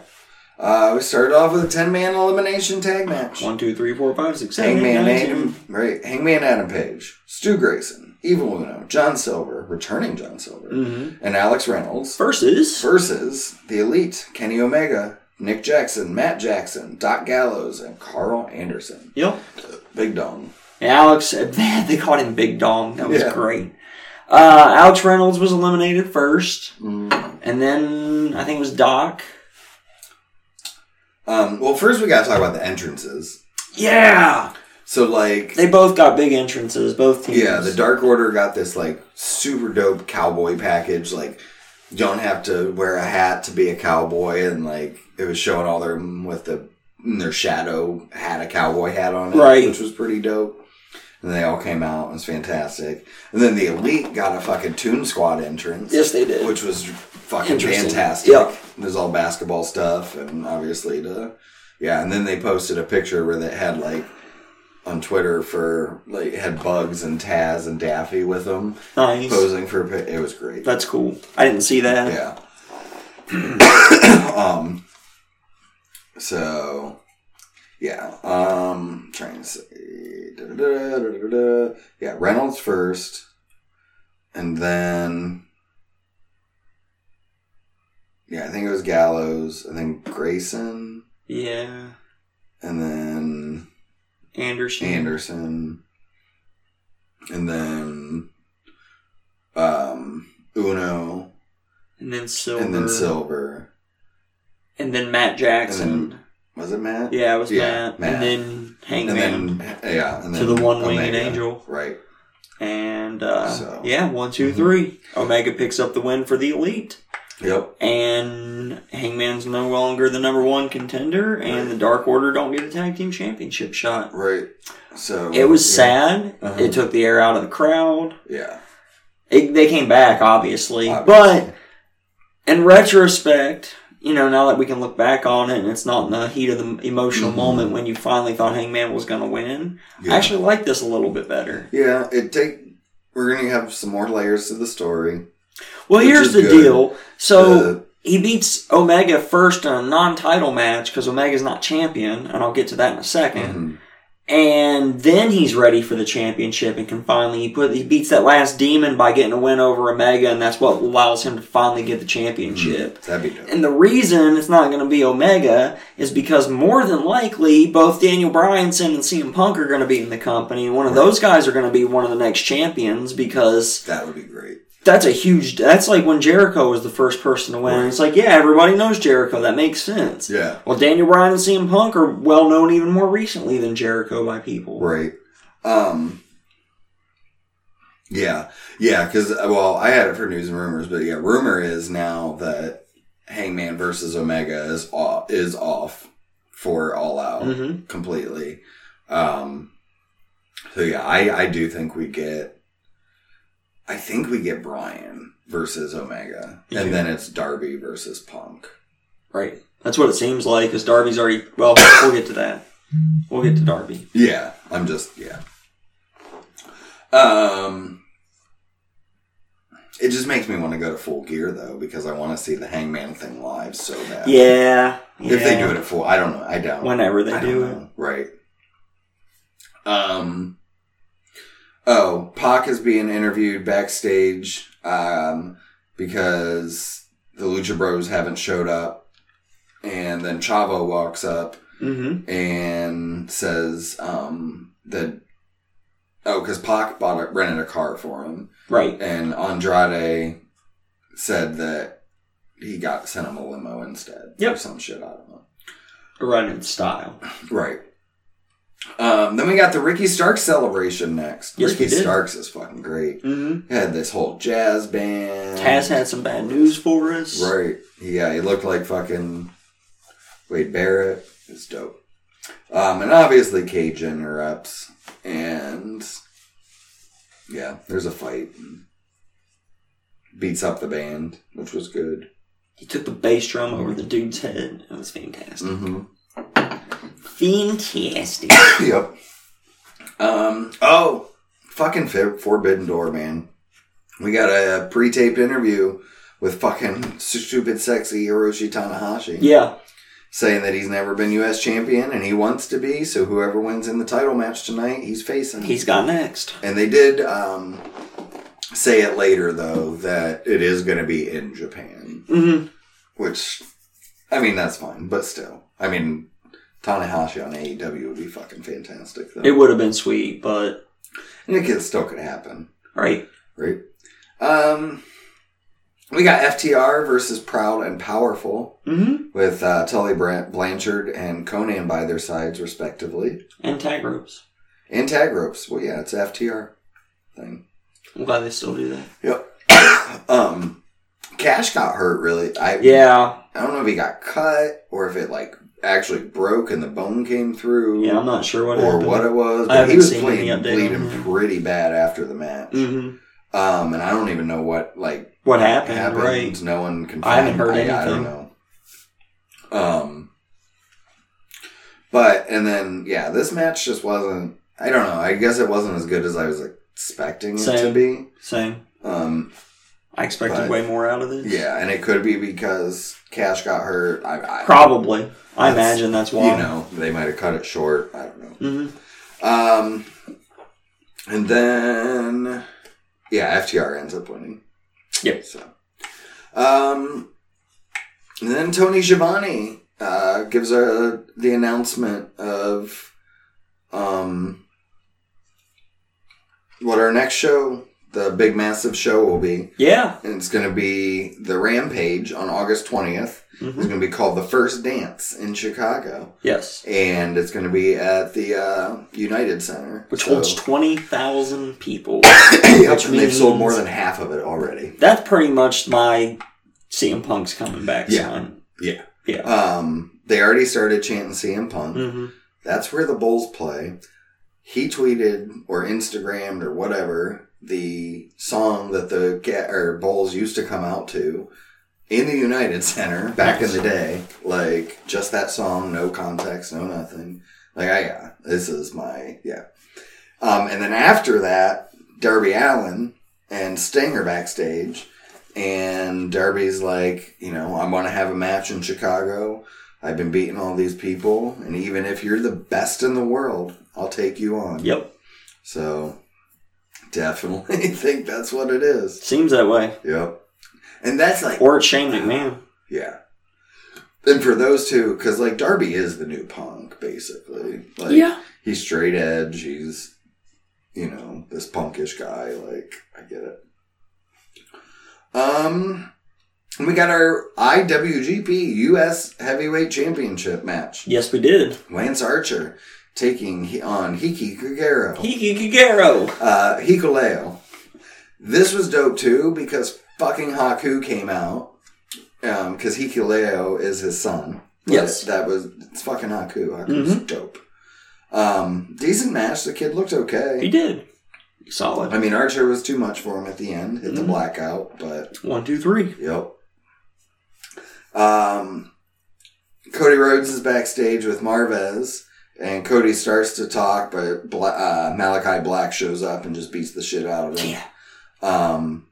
S1: Uh, we started off with a 10 man elimination tag match.
S2: One, two, three, four, five, six, seven, eight,
S1: Hangman
S2: nine, ten.
S1: Adam, right? Hangman Adam Page, Stu Grayson, Evil Uno, John Silver, returning John Silver,
S2: Mhm.
S1: and Alex Reynolds
S2: Versus
S1: versus the Elite, Kenny Omega, Nick Jackson, Matt Jackson, Doc Gallows, and Carl Anderson.
S2: Yep.
S1: Big Dong.
S2: <laughs> And Alex they called him Big Dong. That was
S1: Yeah.
S2: great. Uh, Alex Reynolds was eliminated first,
S1: Mm.
S2: and then I think it was Doc.
S1: Um, well, first we gotta talk about the entrances.
S2: Yeah,
S1: So like,
S2: they both got big entrances. Both teams.
S1: yeah, the Dark Order got this like super dope cowboy package. Like, you don't have to wear a hat to be a cowboy, and like it was showing all their with the their shadow had a cowboy hat on it,
S2: Right.
S1: which was pretty dope. And they all came out. It was fantastic. And then the Elite got a fucking Toon Squad entrance.
S2: yes, they did.
S1: which was fucking
S2: Interesting.
S1: fantastic.
S2: Yeah.
S1: It was all basketball stuff, and obviously the yeah. And then they posted a picture where they had like on Twitter for like had Bugs and Taz and Daffy with them
S2: nice.
S1: posing for a pic- it was great.
S2: That's cool. I didn't see that.
S1: Yeah. um. So. Yeah. Um. Trying to say. da-da-da, da-da-da. Yeah. Reynolds first, and then. Yeah, I think it was Gallows, and then Grayson,
S2: Yeah.
S1: and then
S2: Anderson.
S1: Anderson, and then um, Uno,
S2: And then Silver.
S1: and then Silver.
S2: And then Matt Jackson.
S1: Was it Matt?
S2: yeah, it was
S1: Yeah,
S2: Matt.
S1: Matt.
S2: And then
S1: And
S2: Hangman.
S1: then yeah, and
S2: To
S1: then
S2: the one winged
S1: Omega.
S2: angel.
S1: Right.
S2: And uh,
S1: So.
S2: yeah, one, two,
S1: Mhm.
S2: three. Omega picks up the win for the elite,
S1: Yep.
S2: and Hangman's no longer the number one contender, and the Dark Order don't get a tag team championship shot.
S1: Right. So
S2: It was
S1: yeah.
S2: sad.
S1: Uh-huh.
S2: It took the air out of the crowd.
S1: Yeah.
S2: It, they came back, obviously,
S1: Obviously.
S2: but in retrospect. You know, now that we can look back on it, and it's not in the heat of the emotional
S1: Mhm.
S2: moment when you finally thought Hangman was going to win,
S1: Yeah.
S2: I actually like this a little bit better.
S1: yeah. It take. We're gonna have some more layers to the story.
S2: Well,
S1: Which
S2: here's
S1: is
S2: the
S1: good.
S2: deal. So
S1: Uh,
S2: he beats Omega first in a non-title match because Omega's not champion, and I'll get to that in a 2nd
S1: mhm.
S2: And then he's ready for the championship and can finally he put he beats that last demon by getting a win over Omega, and that's what allows him to finally get the championship.
S1: That'd be dope.
S2: And the reason it's not going to be Omega is because more than likely both Daniel Bryanson and CM Punk are going to be in the company. One of those guys are going to be one of the next champions because
S1: that would be great.
S2: that's a huge. That's like when Jericho was the first person to win. It's like, yeah, everybody knows Jericho. That makes sense.
S1: Yeah.
S2: Well, Daniel Bryan and CM Punk are well known even more recently than Jericho by people.
S1: Right. Um. Yeah. Yeah. Because well, I had it for news and rumors, but yeah, rumor is now that Hangman versus Omega is off is off for All Out.
S2: hmm
S1: completely. Um, so yeah, I, I do think we get, I think we get Brian versus Omega,
S2: You
S1: and
S2: do.
S1: then it's Darby versus Punk.
S2: Right. That's what it seems like. Because Darby's already. Well, we'll get to that. We'll get to Darby.
S1: Yeah, I'm just yeah. Um, it just makes me want to go to full gear though because I want to see the Hangman thing live so bad.
S2: Yeah.
S1: if they
S2: yeah.
S1: do it at full, I don't know. I doubt.
S2: whenever they
S1: I don't
S2: do it.
S1: know. Right. Um. Oh, Pac is being interviewed backstage um, because the Lucha Bros haven't showed up, and then Chavo walks up
S2: hmm
S1: and says um, that oh, because Pac bought a, rented a car for him,
S2: Right.
S1: and Andrade said that he got sent him a limo instead.
S2: Yep.
S1: or some shit. I don't know.
S2: Right in style.
S1: Right. Um, then we got the Ricky Starks celebration next.
S2: Yes,
S1: Ricky
S2: we did.
S1: Starks is fucking great.
S2: hmm
S1: He had this whole jazz band.
S2: Taz had some bad news for us.
S1: Right. Yeah, he looked like fucking Wade Barrett. It's dope. Um, and obviously Cage interrupts. And yeah, there's a fight. And beats up the band, which was good.
S2: He took the bass drum over the dude's head. That was fantastic.
S1: Mm-hmm.
S2: Fantastic.
S1: Yep. Um. Oh, fucking for- Forbidden Door, man. We got a pre-taped interview with fucking stupid, sexy Hiroshi Tanahashi,
S2: yeah.
S1: saying that he's never been U.S. champion and he wants to be. So whoever wins in the title match tonight, he's facing.
S2: He's got next.
S1: and they did um, say it later though that it is going to be in Japan,
S2: Mm-hmm.
S1: which I mean that's fine, but still, I mean Tanahashi on AEW would be fucking fantastic. Though.
S2: It would have been sweet, but
S1: And it could, still could happen,
S2: right.
S1: right? Um, we got FTR versus Proud and Powerful
S2: Mm-hmm.
S1: with uh, Tully Bran- Blanchard and Conan by their sides, respectively.
S2: And tag ropes.
S1: And tag ropes. Well, yeah, it's a FTR thing. <coughs>
S2: I'm glad they still do that.
S1: Yep. um, Cash got hurt really. I
S2: Yeah.
S1: I don't know if he got cut or if it like actually broke and the bone came through.
S2: Yeah, I'm not sure what
S1: or
S2: happened.
S1: what it was.
S2: I
S1: But he
S2: haven't
S1: was
S2: seen
S1: bleeding,
S2: any update on
S1: bleeding
S2: him.
S1: pretty bad after the match.
S2: Mm-hmm.
S1: Um, and I don't even know what like
S2: What happened, right.
S1: No one can.
S2: I haven't heard
S1: find- I, I don't
S2: anything.
S1: know. Um, but and then yeah, this match just wasn't. I don't know. I guess it wasn't as good as I was expecting it to
S2: Same.
S1: be.
S2: Same.
S1: Um,
S2: I expected
S1: But-
S2: way more out of this.
S1: yeah, and it could be because Cash got hurt. I, I
S2: Probably. I
S1: That's-
S2: imagine that's
S1: you
S2: why.
S1: know they might have cut it short. I don't know.
S2: Mm-hmm.
S1: Um, and then yeah, FTR ends up winning.
S2: Yep.
S1: So, um, and then Tony Giovanni uh, gives a, the announcement of um what our next show, the big massive show, will be.
S2: Yeah.
S1: And it's going to be the Rampage on August twentieth.
S2: hmm
S1: It's going to be called the First Dance in Chicago
S2: Yes.
S1: and it's going to be at the uh, United Center,
S2: Which
S1: So- <coughs>
S2: holds 20,000 people.
S1: Yep,
S2: which
S1: and they've sold
S2: means-
S1: more than half of it already.
S2: That's pretty much my CM Punk's coming back
S1: Yeah.
S2: sign.
S1: Um, they already started chanting CM Punk.
S2: Mm-hmm.
S1: That's where the Bulls play. He tweeted or Instagrammed or whatever the song that the Ga- or Bulls used to come out to in the United Center back in the day. Like just that song, no context, no nothing. Like I yeah, this is my yeah. Um, and then after that, Darby Allen and Sting are backstage, and Darby's like, you know, I want to have a match in Chicago. I've been beating all these people, and even if you're the best in the world, I'll take you on.
S2: Yep.
S1: So, definitely <laughs> think that's what it is.
S2: Seems that way.
S1: Yep. And that's like,
S2: Or it's Shane McMahon.
S1: yeah. And for those two, because like Darby is the new punk, basically. Like, He's straight edge. He's, you know, this punkish guy. Like, I get it. Um, and we got our IWGP US Heavyweight Championship match.
S2: Yes, we did.
S1: Lance Archer taking he- on Hiki Kagero.
S2: Hiki Kagero.
S1: Uh, Hikuleo. This was dope too because fucking Haku came out. Because Hikuleo is his son. But
S2: Yes. Mm-hmm.
S1: That was, it's fucking Haku. Haku's dope. Um, decent match. The kid looked
S2: He
S1: okay.
S2: did. Solid.
S1: I mean, Archer was too much for him at the end, hit the
S2: Mhm.
S1: blackout, but
S2: One, two, three.
S1: Yep. Um, Cody Rhodes is backstage with Marvez, and Cody starts to talk, but Bla- uh, Malachi Black shows up and just beats the shit out of him.
S2: Yeah.
S1: Um,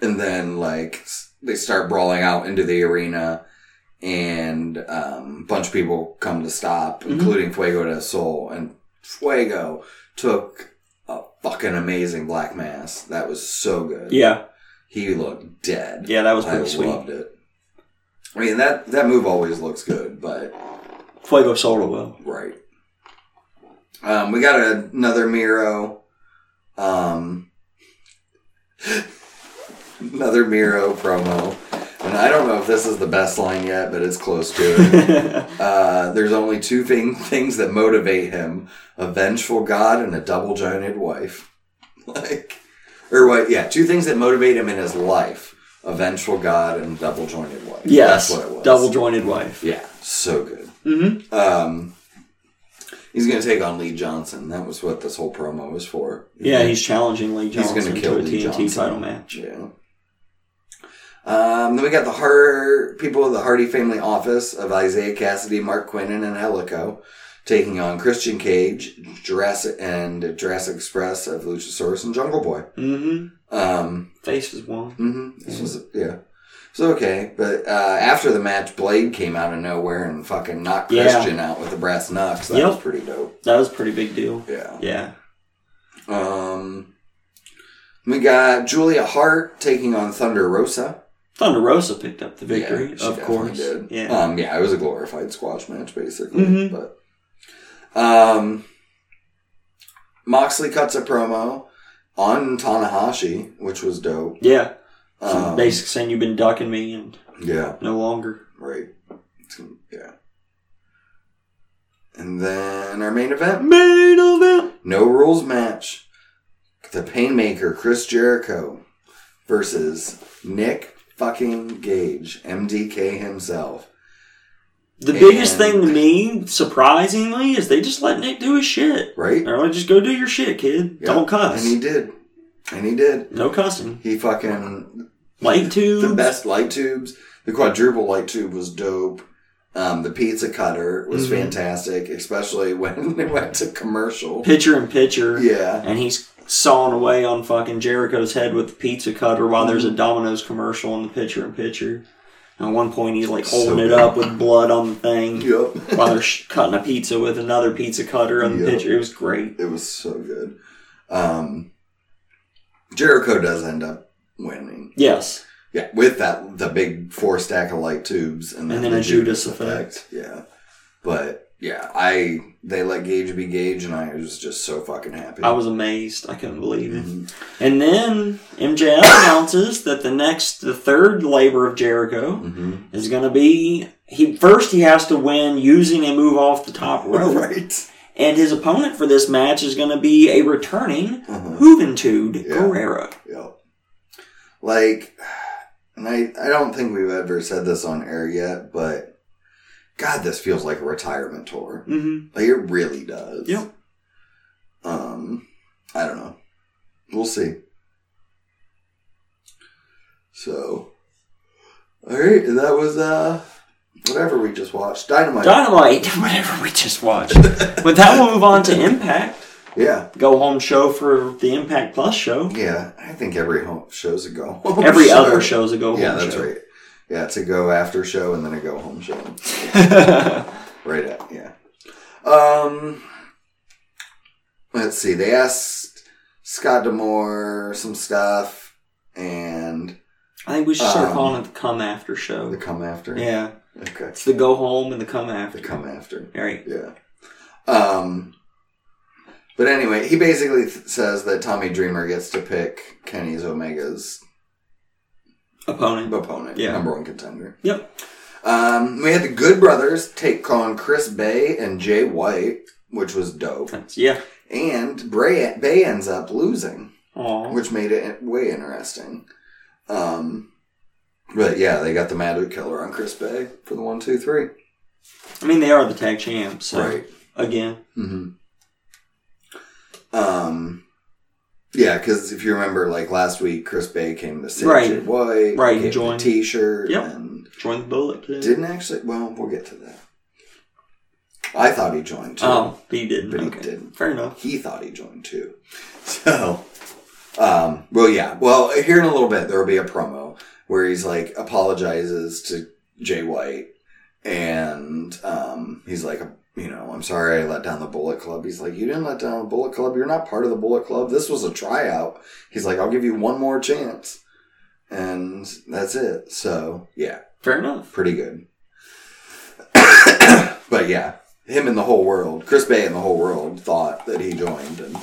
S1: and then like s- they start brawling out into the arena, and um, a bunch of people come to stop,
S2: Mhm.
S1: including Fuego de Sol, and Fuego took a fucking amazing black mass. That was so good.
S2: Yeah.
S1: He looked dead.
S2: Yeah, that was
S1: I
S2: pretty sweet.
S1: loved it. I mean that that move always looks good, but
S2: Fuego Solo will.
S1: right. Um, we got another Miro, um, <laughs> another Miro promo, and I don't know if this is the best line yet, but it's close
S2: <laughs>
S1: to it. Uh, there's only two thing, things that motivate him: a vengeful god and a double-jointed wife. <laughs> Like, or what? Yeah, two things that motivate him in his life: a vengeful god and a double-jointed wife.
S2: yes.
S1: that's what it was.
S2: Double jointed wife.
S1: Yeah, so good.
S2: Mm-hmm.
S1: Um, he's gonna take on Lee Johnson. That was what this whole promo was for.
S2: Yeah, he's challenging Lee
S1: He's
S2: Johnson
S1: gonna kill
S2: to a
S1: Lee
S2: TNT
S1: Johnson.
S2: title match.
S1: Yeah. Um, then we got the Har people of the Hardy family office of Isaiah Cassidy, Mark Quinnen, and Helico taking on Christian Cage, Jurassic and Jurassic Express of Luchasaurus and Jungle Boy.
S2: Mm-hmm.
S1: Um,
S2: Face is one.
S1: mhm, this was yeah. It's okay, but uh, after the match, Blade came out of nowhere and fucking knocked
S2: Yeah.
S1: Christian out with the brass knucks. That
S2: Yep.
S1: was pretty dope.
S2: That was a pretty big deal.
S1: Yeah.
S2: Yeah.
S1: Um, we got Julia Hart taking on Thunder Rosa.
S2: Thunder Rosa picked up the victory,
S1: Yeah, she
S2: of
S1: definitely
S2: course.
S1: did.
S2: Yeah.
S1: Um, yeah, it was a glorified squash match basically,
S2: Mhm.
S1: but um, Moxley cuts a promo. on Tanahashi, which was dope.
S2: Yeah. So
S1: Um,
S2: basically saying you've been ducking me and
S1: yeah,
S2: no longer.
S1: right. It's gonna- Yeah. And then our main event
S2: Made of it.
S1: No rules match. The Painmaker, Chris Jericho, versus Nick fucking Gage, MDK himself.
S2: The biggest
S1: And-
S2: thing to me, surprisingly, is they just let Nick do his shit.
S1: Right?
S2: They're like, just go do your shit, kid.
S1: Yeah.
S2: Don't cuss.
S1: And he did. And he did.
S2: no cussing.
S1: He fucking.
S2: Light tubes.
S1: The best light tubes. The quadruple light tube was dope. Um, the pizza cutter was
S2: Mhm.
S1: fantastic, especially <laughs> when it went to commercial.
S2: Pitcher and pitcher.
S1: Yeah.
S2: And he's sawing away on fucking Jericho's head with the pizza cutter while there's
S1: Mm.
S2: a Domino's commercial in the pitcher and pitcher. And at one point, he's like
S1: So
S2: holding it
S1: good.
S2: up with blood on the
S1: <laughs>
S2: thing
S1: Yep.
S2: while they're sh- cutting a pizza with another pizza cutter on the
S1: Yeah.
S2: pitcher. It was great.
S1: It was so good. Um, Jericho does end up winning.
S2: Yes.
S1: Yeah, with that the big four stack of light tubes and then,
S2: And then
S1: the
S2: a Judas
S1: Yeah, but yeah, I they let Gage be Gage, and I was just so fucking happy.
S2: I was amazed. I couldn't believe it.
S1: Mhm.
S2: And then MJF announces that the next, the third labor of Jericho <laughs>
S1: Mhm.
S2: is going to be he first he has to win using a move off the top
S1: <laughs>
S2: rope,
S1: right.
S2: and his opponent for this match is going to be a returning
S1: Uh-huh.
S2: Juventud
S1: Yeah.
S2: Guerrero.
S1: Yep. Like, and I I don't think we've ever said this on air yet, but God, this feels like a retirement tour.
S2: Mm-hmm.
S1: Like it really does.
S2: Yep.
S1: Um, I don't know. We'll see. So, all right, and that was uh, whatever we just watched, Dynamite.
S2: Dynamite, <laughs> whatever we just watched. With that, we'll move on to Impact.
S1: yeah,
S2: Go home show for the Impact Plus show.
S1: yeah. I think every home show's a go. home
S2: Every other show's a go home
S1: uh, Yeah, that's
S2: show.
S1: right. Yeah, it's a go after show and then a go home show. Right at yeah. Um, let's see. They asked Scott Demore some stuff and
S2: <laughs> I think we should start
S1: Um,
S2: calling it the Come After show.
S1: the come after.
S2: yeah,
S1: Okay.
S2: it's the go home and the Come After.
S1: The come after.
S2: All right.
S1: Yeah. Um. But anyway, he basically th- says that Tommy Dreamer gets to pick Kenny's Omega's
S2: Opponent.
S1: opponent,
S2: Yeah.
S1: number one contender.
S2: Yep.
S1: Um, we had the Good Brothers take on Chris Bay and Jay White, which was dope.
S2: That's- yeah.
S1: And Bray, Bay ends up losing,
S2: Aw.
S1: which made it way interesting. Um, but yeah, they got the Magic Killer on Chris Bay for the one, two, three.
S2: I mean, they are the tag champs. So
S1: Right.
S2: Again.
S1: hmm Um, yeah, because if you remember, like last week, Chris Bay came to Sage
S2: Right.
S1: and White,
S2: Right,
S1: gave him a
S2: joined.
S1: T-shirt,
S2: Yep.
S1: and
S2: Join the Bullet Club.
S1: didn't actually. Well, we'll get to that. I thought he joined too.
S2: Oh, he didn't.
S1: But he
S2: okay.
S1: didn't.
S2: Fair enough.
S1: He thought he joined too. So, um, well, yeah. Well, here in a little bit, there will be a promo where he's like apologizes to Jay White, and um, he's like, you know, I'm sorry I let down the Bullet Club. He's like, you didn't let down the Bullet Club. You're not part of the Bullet Club. This was a tryout. He's like, I'll give you one more chance, and that's it. So, yeah
S2: Fair enough.
S1: pretty good. <coughs> but yeah, him and the whole world, Chris Bay and the whole world thought that he joined, and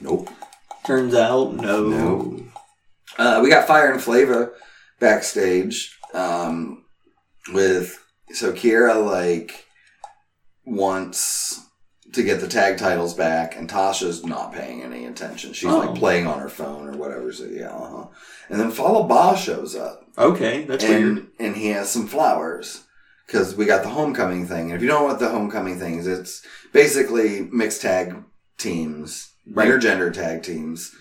S1: nope.
S2: Turns out, no.
S1: No. Uh, we got Fire and Flavor backstage um, with so Kiera like wants to get the tag titles back, and Tasha's not paying any attention. She's
S2: Oh.
S1: like playing on her phone or whatever. So yeah, uh-huh. and then Fala Ba shows up.
S2: Okay, that's
S1: and
S2: weird.
S1: and he has some flowers because we got the homecoming thing. And if you don't know what the homecoming thing is, it's basically mixed tag teams,
S2: Right.
S1: intergender tag teams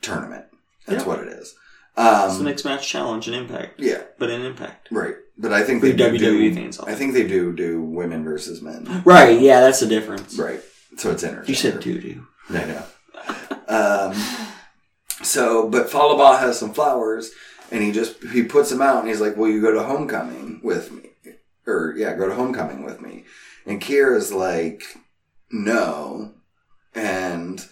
S1: tournament. That's
S2: Yeah.
S1: what it is.
S2: it's the
S1: Um,
S2: mixed match challenge in Impact,
S1: yeah,
S2: but in Impact.
S1: right. But I think
S2: For
S1: they
S2: you
S1: do,
S2: WWE
S1: do.
S2: fans.
S1: E, I think they do do women versus men.
S2: Right, yeah, E. that's the difference.
S1: Right. So it's intergender.
S2: You said doo-doo.
S1: I know. Um, so, but Falaba has some flowers, and he just he puts them out, and he's like, "Will you go to homecoming with me?" Or yeah, go to homecoming with me. And Kira's like, "No," and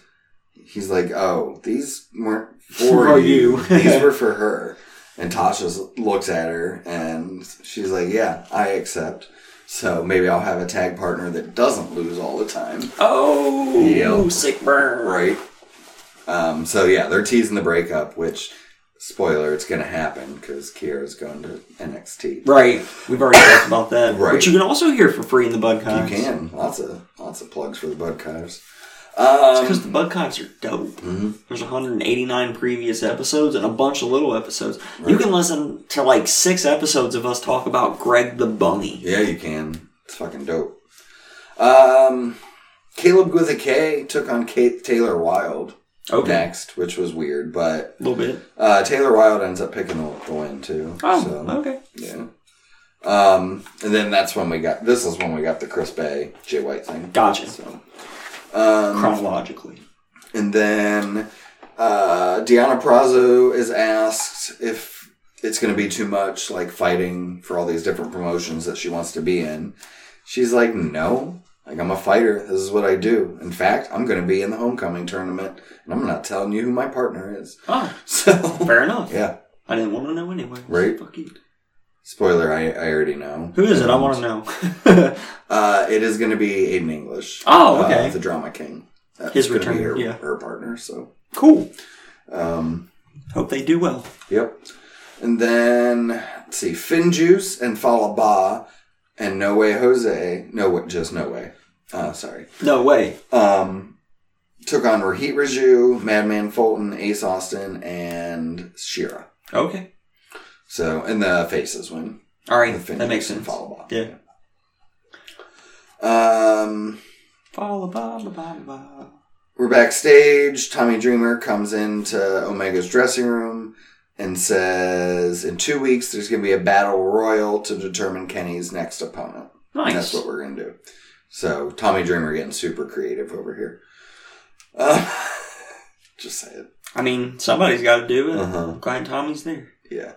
S1: he's like, "Oh, these weren't for,
S2: For
S1: you. <laughs>
S2: you."
S1: these were for <laughs> her." And Tasha looks at her, and she's like, "Yeah, I accept." So maybe I'll have a tag partner that doesn't lose all the time.
S2: Oh,
S1: Yep.
S2: sick burn.
S1: Right. Um, so yeah, they're teasing the breakup, which spoiler, it's gonna happen because Kiera's going to NXT.
S2: Right. We've already talked about that.
S1: Right.
S2: But you can also hear it for free in the Budcocks.
S1: You can lots of lots of plugs for the Budkives.
S2: Because
S1: Um,
S2: the Budcocks are dope.
S1: mhm.
S2: There's 189 previous episodes and a bunch of little episodes. You can listen to like six episodes of us talk about Greg the Bunny.
S1: Yeah, you can. It's fucking dope. Um, Caleb with a K took on Kate Taylor Wilde next, which was weird, but
S2: A little bit.
S1: uh, Taylor Wilde ends up picking the, the win too.
S2: Oh,
S1: so,
S2: okay.
S1: yeah. Um, and then that's when we got. This is when we got the Chris Bay Jay White thing.
S2: Gotcha.
S1: So, um,
S2: Chronologically.
S1: And then uh, Deanna Prazo is asked if it's going to be too much, like fighting for all these different promotions that she wants to be in. She's like, no. Like, I'm a fighter. This is what I do. In fact, I'm going to be in the homecoming tournament, and I'm not telling you who my partner is. <laughs>
S2: Oh,
S1: So,
S2: fair enough.
S1: yeah.
S2: I didn't want to know anyway.
S1: Right.
S2: Fuck you.
S1: Spoiler, I, I already know.
S2: Who is it? I want to know. <laughs>
S1: Uh, it is going to be Aiden English.
S2: Oh, okay.
S1: Uh, the Drama King. That's
S2: His
S1: gonna be
S2: return,
S1: her,
S2: yeah.
S1: her partner, so.
S2: cool.
S1: Um,
S2: Hope they do well.
S1: Yep. And then let's see, Fin Juice and Falaba and No Way Jose. No way, just No Way. Uh, sorry.
S2: No way.
S1: Um, took on Rahit Raju, Madman Fulton, Ace Austin, and Shira.
S2: Okay.
S1: So and the faces win.
S2: All
S1: The
S2: right.
S1: Fin
S2: that makes
S1: Juice and
S2: sense.
S1: Falaba.
S2: Yeah.
S1: Um,
S2: Follow, ba, ba, ba, ba.
S1: we're backstage. Tommy Dreamer comes into Omega's dressing room and says, "In two weeks, there's going to be a battle royal to determine Kenny's next opponent."
S2: Nice.
S1: That's what we're gonna do. So Tommy Dreamer getting super creative over here. Uh, <laughs> just say it.
S2: I mean, somebody's got to do it.
S1: Uh-huh.
S2: Glad Tommy's there.
S1: Yeah.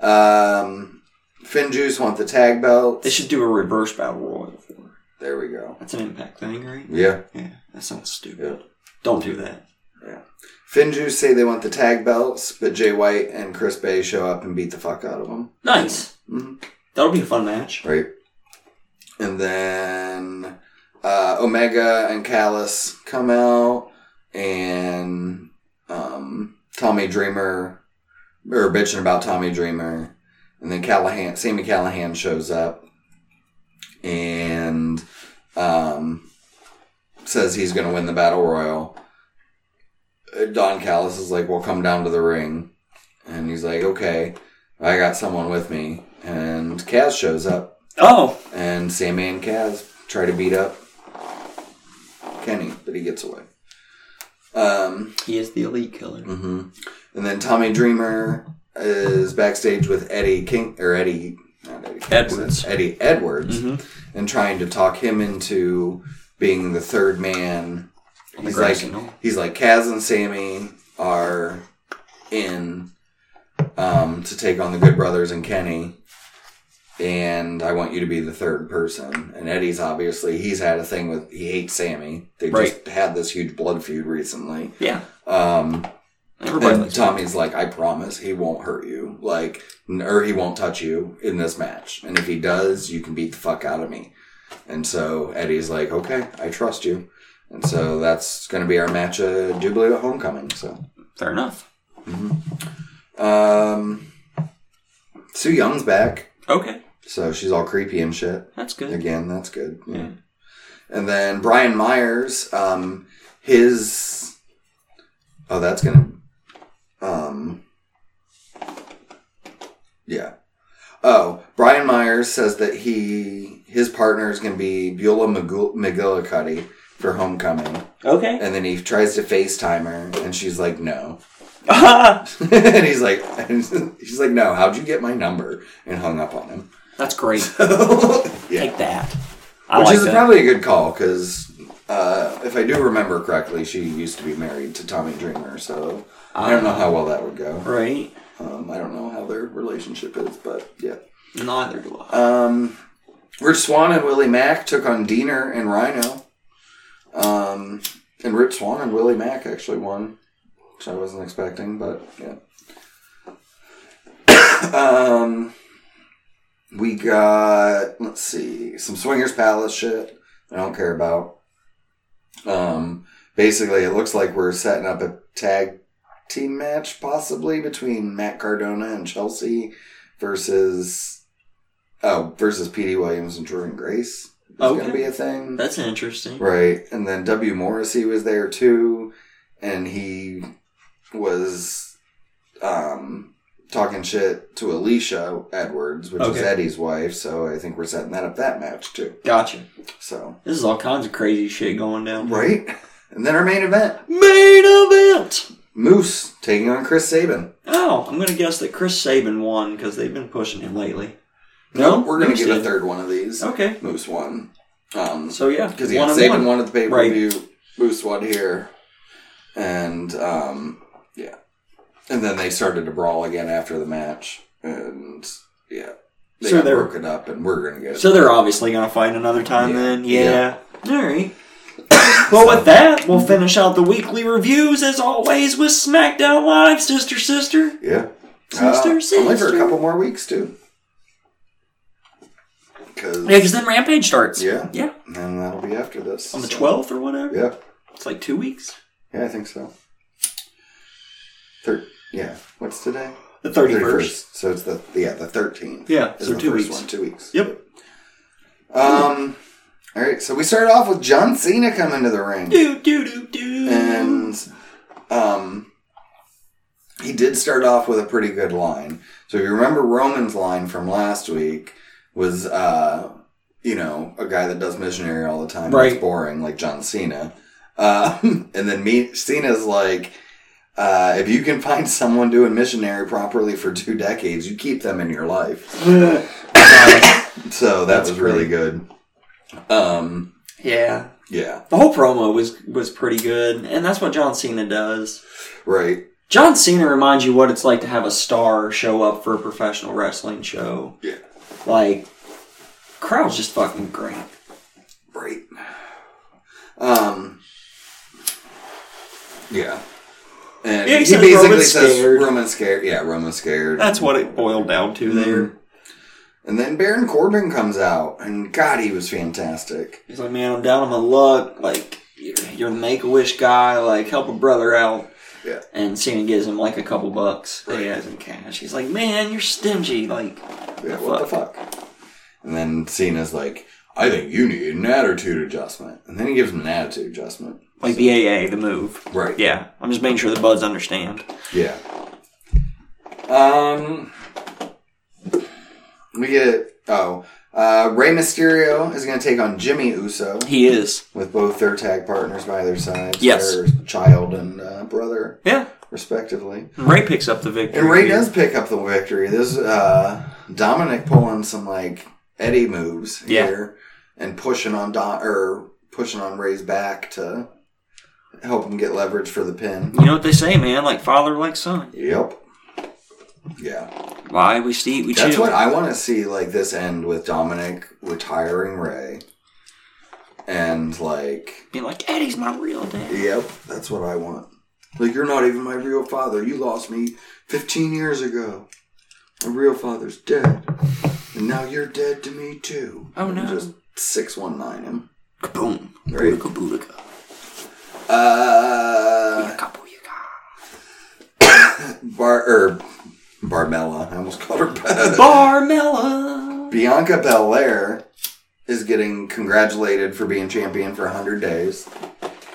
S1: Um, Finn Juice want the tag belt.
S2: They should do a reverse battle royal for her.
S1: There we go.
S2: That's an impact thing, right?
S1: Yeah.
S2: Yeah. That sounds stupid.
S1: Yeah.
S2: Don't do that.
S1: Finn Juice say they want the tag belts, but Jay White and Chris Bay show up and beat the fuck out of them.
S2: Nice.
S1: hmm
S2: That'll be a fun match.
S1: Right. And then uh, Omega and Callus come out, and um, Tommy Dreamer, or bitching about Tommy Dreamer. And then Callahan, Sammy Callahan shows up and um, says he's going to win the Battle Royal. Uh, Don Callis is like, well, come down to the ring. And he's like, okay, I got someone with me. And Kaz shows up
S2: Oh,
S1: and Sammy and Kaz try to beat up Kenny, but he gets away. Um,
S2: he is the elite killer.
S1: mhm. And then Tommy Dreamer is backstage with Eddie King or Eddie not Eddie Kingston,
S2: Edwards.
S1: Eddie Edwards,
S2: Mhm.
S1: and trying to talk him into being the third man.
S2: On the
S1: He's
S2: grass
S1: like
S2: and all.
S1: he's like Kaz and Sammy are in um, to take on the Good Brothers and Kenny, and I want you to be the third person. And Eddie's obviously he's had a thing with he hates Sammy. They just had this huge blood feud recently.
S2: Yeah.
S1: Um,
S2: Everybody
S1: and
S2: likes
S1: Tommy's like, I promise he won't hurt you, like n- or he won't touch you in this match. And if he does, you can beat the fuck out of me. And so Eddie's like, okay, I trust you. And so that's going to be our match at Jubilee at Homecoming. So.
S2: Fair enough.
S1: Um, Sue Young's back,
S2: Okay.
S1: so she's all creepy and shit.
S2: That's good.
S1: Again, that's good. Yeah.
S2: Yeah.
S1: And then Brian Myers, um, his oh, that's gonna, um, yeah. Oh, Brian Myers says that he his partner is gonna be Beulah McGill- McGillicuddy for homecoming,
S2: Okay.
S1: <laughs>
S2: <laughs>
S1: and then he tries to FaceTime her, and she's like, no. <laughs>
S2: That's
S1: and he's like, <laughs> and he's like, no, how'd you get my number? And hung up on him.
S2: great.
S1: <laughs> yeah,
S2: Take that. I
S1: which
S2: like
S1: is
S2: that.
S1: probably a good call because uh, if I do remember correctly, she used to be married to Tommy Dreamer, so I don't know how well that would go.
S2: right.
S1: Um, I don't know how their relationship is, but yeah.
S2: Neither do I.
S1: Um, Rich Swan and Willie Mack took on Diener and Rhino. Um, and Rich Swan and Willie Mack actually won, which I wasn't expecting, but yeah. <coughs> um, we got let's see some Swingers Palace shit. I don't care about. Um, basically, it looks like we're setting up a tag team match possibly between Matt Cardona and Chelsea versus oh versus Petey Williams and Jordan Grace. Is
S2: Okay.
S1: gonna be a thing,
S2: That's interesting.
S1: right? And then W Morrissey was there too, and he was um talking shit to Alicia Edwards, which is
S2: Okay.
S1: Eddie's wife. So I think we're setting that up that match too.
S2: Gotcha.
S1: So
S2: This is all kinds of crazy shit going down.
S1: right, and then our main event.
S2: Main event.
S1: Moose taking on Chris Sabin.
S2: Oh, I'm gonna guess that Chris Saban won because they've been pushing him lately.
S1: No, we're gonna
S2: Moose
S1: get a
S2: did.
S1: third one of these.
S2: Okay.
S1: Moose won. Um,
S2: So yeah,
S1: because yeah,
S2: one and
S1: Saban
S2: one.
S1: won at the pay per view. Moose won here, and um, yeah, and then they started to brawl again after the match, and yeah, they
S2: So
S1: got
S2: they're-
S1: broken up, and we're gonna get
S2: So they're obviously gonna fight another time
S1: Yeah.
S2: then. Yeah.
S1: Yeah.
S2: All right. well, with that, we'll finish out the weekly reviews as always with SmackDown Live, sister, sister.
S1: yeah, Uh,
S2: Sister,
S1: only for a
S2: sister.
S1: couple more weeks too, because
S2: Yeah, because then Rampage starts.
S1: yeah,
S2: Yeah.
S1: and then that'll be after this
S2: On the
S1: so-
S2: 12th or whatever.
S1: Yeah,
S2: It's like two weeks.
S1: yeah, I think so. Third, yeah, what's today?
S2: The 31st.
S1: So it's the yeah the thirteenth.
S2: Yeah,
S1: is
S2: so
S1: the
S2: two
S1: first
S2: weeks.
S1: One, two weeks.
S2: Yep.
S1: Um. All right. So we started off with John Cena coming to the ring,
S2: Do, do, do, do.
S1: and um, he did start off with a pretty good line. So if you remember Roman's line from last week was, uh, you know, a guy that does missionary all the time.
S2: Right.
S1: It's boring, like John Cena. Uh, <laughs> and then me, Cena's like. Uh, if you can find someone doing missionary properly for two decades, you keep them in your life. So that
S2: That's
S1: was really good. Um,
S2: <coughs> yeah.
S1: yeah,
S2: The whole promo was was pretty good, and that's what John Cena does.
S1: right.
S2: John Cena reminds you what it's like to have a star show up for a professional wrestling show.
S1: Yeah.
S2: Like, crowd's just fucking great.
S1: Right. Um, yeah. And
S2: Yeah,
S1: he,
S2: he says
S1: basically
S2: Roman's
S1: says
S2: scared.
S1: Roman's scared. Yeah, Roman's scared.
S2: That's what it boiled down to
S1: Mm-hmm.
S2: there.
S1: And then Baron Corbin comes out, and God, he was fantastic.
S2: He's like, man, I'm down on my luck. Like, you're, you're the make a wish guy. Like, help a brother out.
S1: Yeah.
S2: And Cena gives him like a couple bucks that he
S1: Right.
S2: has in cash. He's like, man, you're stingy. Like,
S1: Yeah, what the fuck? And then Cena's like, I think you need an attitude adjustment. And then he gives him an attitude adjustment.
S2: like the AA, the move.
S1: Right.
S2: Yeah. I'm just making sure the buds understand.
S1: Yeah. Um, we get oh, uh, Rey Mysterio is going to take on Jimmy Uso
S2: He is.
S1: with both their tag partners by their sides,
S2: Yes.
S1: their child and uh, brother
S2: Yeah.
S1: respectively.
S2: Ray picks up the victory.
S1: And Ray does pick up the victory. There's uh, Dominic pulling some like Eddie moves
S2: Yeah.
S1: here and pushing on Don or pushing on Ray's back to help him get leverage for the pin.
S2: You know what they say, man? Like father, like son.
S1: Yep. Yeah.
S2: Why we see, we
S1: That's
S2: chew.
S1: what I want to see. Like this end with Dominic retiring Ray, and like,
S2: Be like, Eddie's my real dad.
S1: yep, that's what I want. Like you're not even my real father. You lost me 15 years ago. My real father's dead, and now you're dead to me too.
S2: Oh,
S1: And
S2: no.
S1: Just six one nine him.
S2: Kaboom.
S1: Right.
S2: Boodaka, boodaka.
S1: Uh,
S2: Yaka, booyaka.
S1: Bar er, Barmella. I almost called her.
S2: <laughs>
S1: Beth.
S2: Barmella.
S1: Bianca Belair is getting congratulated for being champion for 100 days.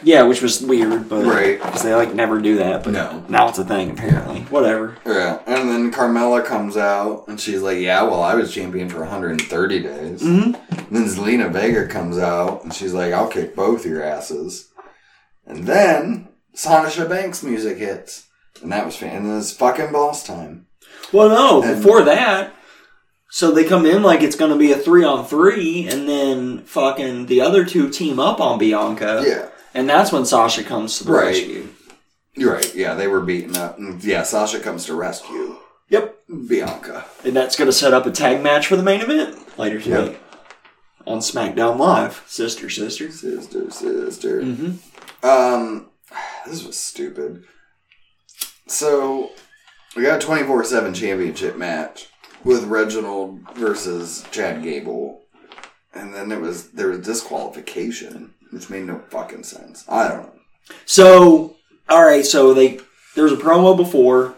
S2: Yeah, which was weird, but
S1: Right.
S2: because they like never do that, but
S1: No.
S2: now it's a thing apparently. Whatever.
S1: Yeah, and then Carmella comes out and she's like, "Yeah, well, I was champion for 130 days."
S2: Mhm.
S1: And then Zelina Vega comes out and she's like, "I'll kick both your asses." And then Sonisha Banks music hits, and that was fan. And then it's fucking boss time.
S2: Well, no,
S1: And-
S2: before that. So they come in like it's gonna be a three on three, and then fucking the other two team up on Bianca,
S1: Yeah,
S2: and that's when Sasha comes to the
S1: Right.
S2: rescue.
S1: you're right. Yeah, they were beaten up. And yeah, Sasha comes to rescue
S2: Yep,
S1: Bianca.
S2: and that's gonna set up a tag match for the main event later today
S1: Yep.
S2: on SmackDown Live. Sister, sister.
S1: Sister, sister.
S2: Mm-hmm.
S1: Um, <sighs> this was stupid. So we got a twenty four seven championship match with Reginald versus Chad Gable, and then it was there was disqualification, which made no fucking sense. I don't know.
S2: So, all right. So they there's a promo before,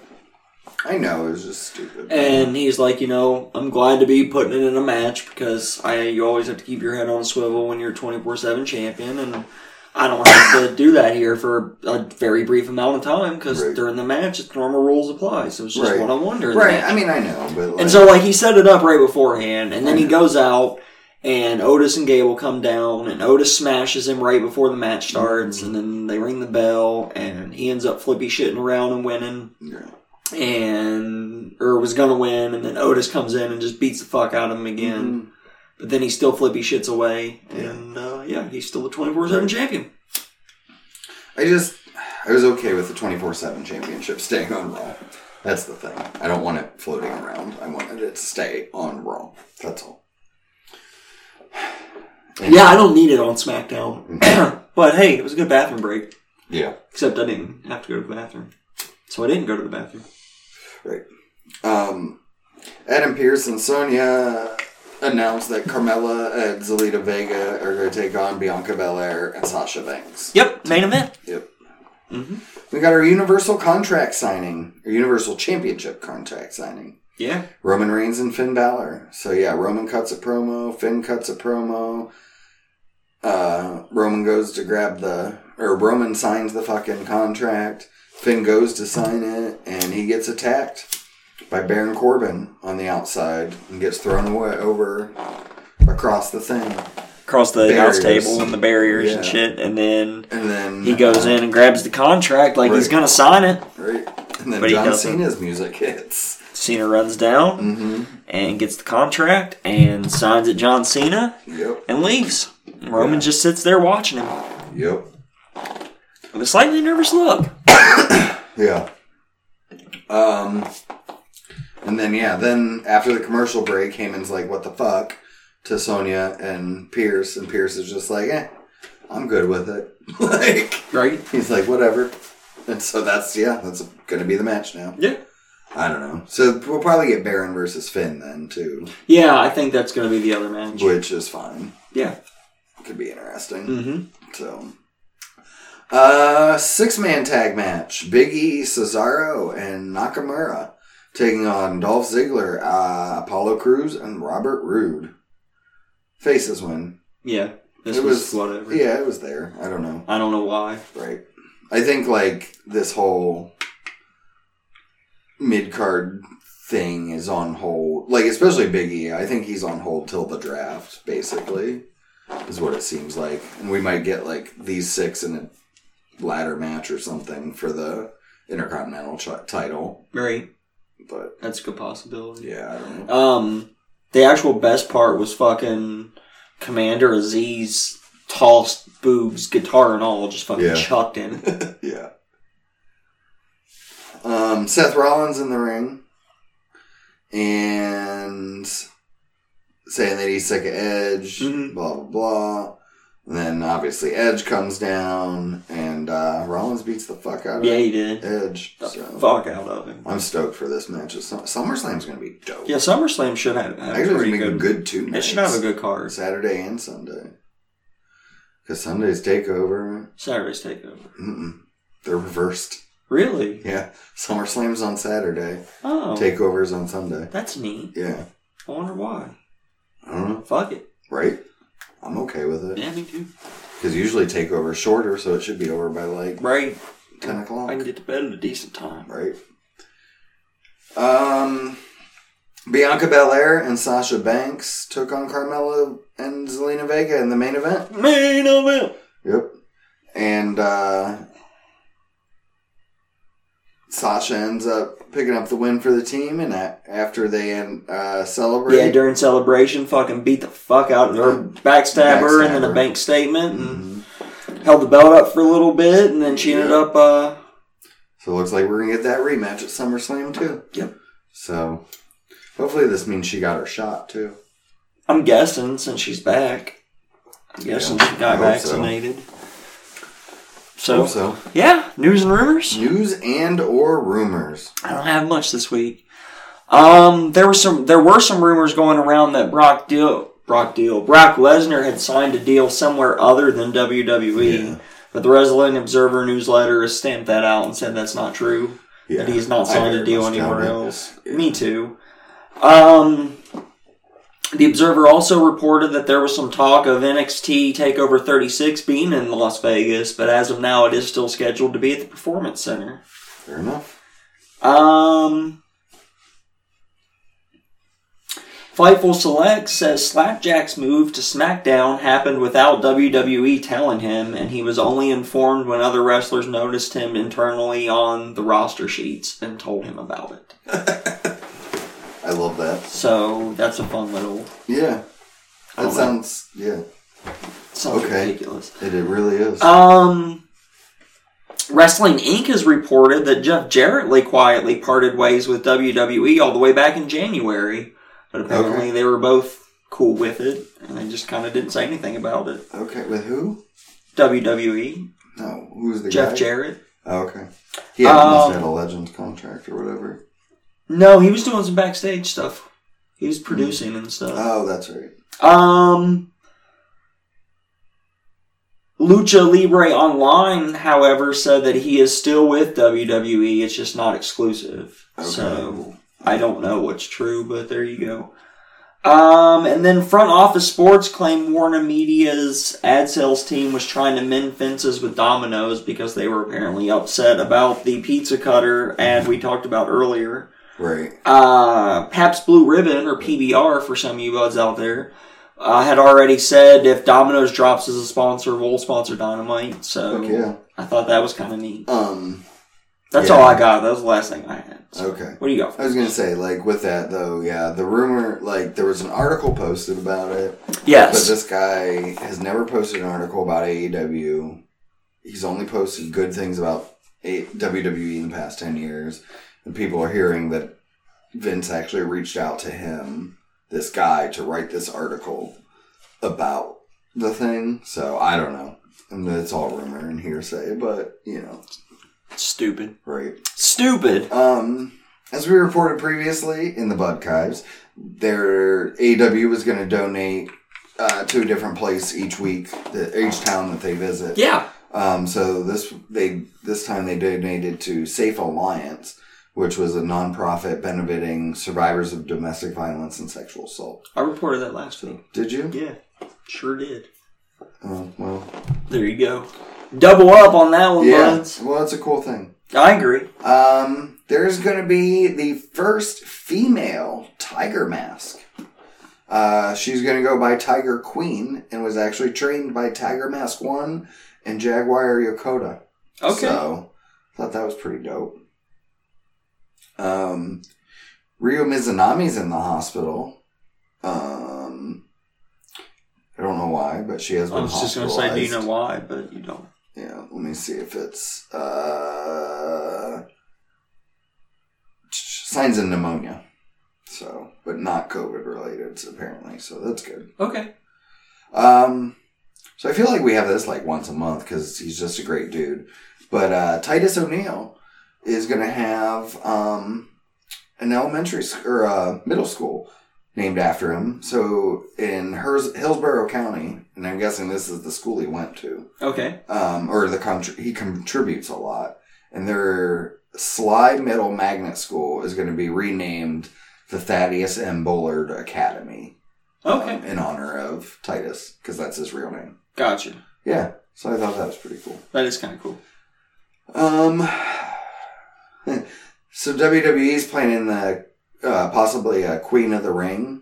S1: I know it was just stupid.
S2: and he's like, you know, I'm glad to be putting it in a match because I you always have to keep your head on a swivel when you're 24 seven champion, and I don't have to do that here for a very brief amount of time because
S1: Right.
S2: during the match, it's normal rules apply. So it's just
S1: Right.
S2: one on one during the
S1: right?
S2: match.
S1: I mean, I know, but like,
S2: And so, like, he set it up right beforehand, and then he goes out, and Otis and Gable come down, and Otis smashes him right before the match starts,
S1: Mm-hmm.
S2: and then they ring the bell, and he ends up flippy shitting around and winning,
S1: yeah.
S2: and or was gonna win, and then Otis comes in and just beats the fuck out of him again. But then he still flippy shits away, and uh, Mm-hmm. yeah, he's still a twenty four seven champion.
S1: I just I was okay with the twenty four seven championship <laughs> staying on Raw. That's the thing. I don't want it floating around. I wanted it to stay on Raw. That's all.
S2: Yeah, I don't need it on
S1: Mm-hmm.
S2: SmackDown, <clears throat> but hey, it was a good bathroom break.
S1: Yeah.
S2: Except I didn't have to go to the bathroom, so I didn't go to the bathroom.
S1: Right. Um, Adam Pierce and Sonya announced that Carmella and Zelita Vega are going to take on Bianca Belair and Sasha Banks.
S2: Yep, main event.
S1: Yep.
S2: Mhm.
S1: We got our Universal contract signing, or Universal Championship contract signing.
S2: Yeah.
S1: Roman Reigns and Finn Balor. So yeah, Roman cuts a promo, Finn cuts a promo. Uh, Roman goes to grab the, or Roman signs the fucking contract. Finn goes to sign it, and he gets attacked by Baron Corbin on the outside and gets thrown away over across the thing.
S2: Across the
S1: Barriers.
S2: announce table and the barriers and
S1: Yeah.
S2: shit. And then
S1: And then
S2: he goes in and grabs the contract like he's
S1: Right.
S2: going to sign it.
S1: Right, and then
S2: But he
S1: John
S2: doesn't.
S1: Cena's music hits.
S2: Cena runs down
S1: Mm-hmm.
S2: and gets the contract and signs it John Cena
S1: Yep.
S2: and leaves. And Roman
S1: Yeah.
S2: just sits there watching him
S1: Yep.
S2: with a slightly nervous look.
S1: Yeah. Um, and then yeah, then after the commercial break, Heyman's like, "What the fuck?" to Sonya and Pierce, and Pierce is just like, "Eh, I'm good with it." <laughs> like
S2: Right?
S1: he's like, "Whatever." And so that's yeah, that's gonna be the match now.
S2: Yeah.
S1: I don't know. So we'll probably get Baron versus Finn then too,
S2: Yeah, I think that's going to be the other match.
S1: which is fine.
S2: Yeah.
S1: Could be interesting.
S2: Mm-hmm.
S1: So, uh, six man tag match: Big E, Cesaro, and Nakamura taking on Dolph Ziggler, uh, Apollo Cruz, and Robert Roode. Faces win.
S2: Yeah. This
S1: It was-
S2: was, whatever.
S1: Yeah, it was there. I don't know.
S2: I don't know why.
S1: Right. I think like this whole mid card thing is on hold. Like especially Big E. I think he's on hold till the draft, basically, is what it seems like. And we might get like these six in a ladder match or something for the Intercontinental ch- title.
S2: Right.
S1: But
S2: That's a good possibility.
S1: yeah, I don't know.
S2: Um, the actual best part was fucking Commander Aziz tossed boobs, guitar and all, just fucking
S1: Yeah. <laughs>
S2: chucked in.
S1: yeah. Um, Seth Rollins in the ring and saying that he's sick of Edge,
S2: Mhm.
S1: blah, blah, blah. And then obviously Edge comes down and uh, Rollins beats the fuck out of
S2: yeah, he did.
S1: Edge.
S2: The
S1: So
S2: fuck out of him.
S1: I'm stoked for this match. It's- SummerSlam's going to be dope.
S2: Yeah, SummerSlam should have, have a
S1: Actually, it's
S2: pretty
S1: going to be
S2: good.
S1: good two
S2: It
S1: nights.
S2: should have a good card.
S1: Saturday and Sunday. Because Sunday's takeover,
S2: Saturday's takeover.
S1: mm-mm, they're reversed.
S2: Really?
S1: Yeah, SummerSlam's on Saturday.
S2: Oh,
S1: Takeovers on Sunday.
S2: that's neat.
S1: Yeah,
S2: I wonder why.
S1: I don't know.
S2: Fuck it.
S1: Right? I'm okay with it
S2: Yeah, me too.
S1: because usually takeover's shorter, so it should be over by like
S2: Right.
S1: ten
S2: I can
S1: o'clock.
S2: get to bed at a decent time.
S1: Right. Um, Bianca Belair and Sasha Banks took on Carmella and Zelina Vega in the main event.
S2: Main event.
S1: Yep. And uh, Sasha ends up picking up the win for the team, and a- after they end, uh, celebrate,
S2: Yeah, during celebration, fucking beat the fuck out of her, backstab her, and then a
S1: Backstabber.
S2: bank statement, and
S1: Mhm.
S2: held the belt up for a little bit, and then she ended
S1: Yeah.
S2: up. Uh,
S1: So it looks like we're gonna get that rematch at SummerSlam too.
S2: Yep.
S1: So hopefully this means she got her shot too.
S2: I'm guessing since she's back. I'm guessing she
S1: I
S2: got
S1: hope so.
S2: vaccinated. So,
S1: Hope so.
S2: yeah, news and rumors.
S1: News and or rumors.
S2: I don't have much this week. Um, there were some there were some rumors going around that Brock deal Brock deal Brock Lesnar had signed a deal somewhere other than WWE. E, But the Wrestling Observer newsletter has stamped that out and said that's not true. That he's not
S1: I
S2: signed
S1: very
S2: a deal
S1: much doubt
S2: anywhere
S1: it.
S2: else.
S1: Yeah.
S2: Me too. Um, the Observer also reported that there was some talk of NXT Takeover 36 being in Las Vegas, but as of now, it is still scheduled to be at the Performance Center.
S1: Fair enough.
S2: Um, Fightful Select says Slapjack's move to SmackDown happened without WWE telling him, and he was only informed when other wrestlers noticed him internally on the roster sheets and told him about it.
S1: I love that.
S2: So that's a fun little.
S1: Yeah. That
S2: Oh, that-
S1: sounds, yeah.
S2: Sounds
S1: Okay.
S2: ridiculous.
S1: It, it really is.
S2: Um, Wrestling Inc. has reported that Jeff Jarrett like, quietly parted ways with WWE all the way back in January, but apparently
S1: Okay.
S2: they were both cool with it, and they just kind of didn't say anything about it.
S1: okay, with who?
S2: WWE,
S1: No, who's the
S2: Jeff
S1: guy?
S2: Jarrett.
S1: Oh, okay. He had, must
S2: Um,
S1: have had a Legends contract or whatever.
S2: No, he was doing some backstage stuff. He was producing and stuff.
S1: Oh, that's right.
S2: Um, Lucha Libre Online, however, said that he is still with WWE. It's just not exclusive.
S1: Okay.
S2: So I don't know what's true, but there you go. Um, and then Front Office Sports claimed Warner Media's ad sales team was trying to mend fences with Domino's because they were apparently upset about the pizza cutter ad we talked about earlier
S1: Right.
S2: uh, Pabst Blue Ribbon or PBR for some of you buds out there uh, had already said if Domino's drops as a sponsor, we'll sponsor Dynamite. So
S1: Fuck yeah.
S2: I thought that was kind of neat.
S1: Um,
S2: That's
S1: Yeah. Uh,
S2: all I got. That was the last thing I had. So,
S1: okay.
S2: What do you got?
S1: I
S2: For?
S1: was gonna say, like, with that though, yeah, the rumor, like, there was an article posted about it, but
S2: Yes.
S1: this guy has never posted an article about AEW. He's only posted good things about A- WWE in the past ten years, and people are hearing that Vince actually reached out to him, this guy, to write this article about the thing. So I don't know, and it's all rumor and hearsay, but you know,
S2: Stupid.
S1: right.
S2: Stupid.
S1: Um, as we reported previously in the Budkives, their AW was going to donate uh, to a different place each week, the, each town that they visit.
S2: Yeah.
S1: Um, so this they this time they donated to Safe Alliance, which was a nonprofit benefiting survivors of domestic violence and sexual assault.
S2: I reported that last week.
S1: Did you?
S2: Yeah. Sure did.
S1: Oh well,
S2: There you go. Double up on that one,
S1: yeah.
S2: buds.
S1: Well, it's a cool thing.
S2: I agree.
S1: Um, there's going to be the first female tiger mask. Uh, she's going to go by Tiger Queen and was actually trained by Tiger Mask 1 and Jaguar Yokota.
S2: Okay.
S1: So, thought that was pretty dope. Um, Ryo Mizunami's in the hospital. Um, I don't know why, but she has been
S2: I was just going to say, do you
S1: hospitalized.
S2: know why? But you don't.
S1: Yeah, let me see if it's uh, signs of pneumonia. So, but not COVID related apparently. So that's good.
S2: Okay.
S1: Um, so I feel like we have this like once a month because he's just a great dude. But uh, Titus O'Neill is gonna have um, an elementary sc- or uh, middle school named after him. So in Hers- Hillsborough County, and I'm guessing this is the school he went to
S2: Okay.
S1: um, or the contr he contributes a lot, and their Sly Metal Magnet School is going to be renamed the Thaddeus M. Bullard Academy um,
S2: Okay.
S1: in honor of Titus because that's his real name.
S2: Gotcha.
S1: Yeah, so I thought that was pretty cool.
S2: That is kind of cool.
S1: Um, <laughs> so WWE's planning the uh, possibly a Queen of the Ring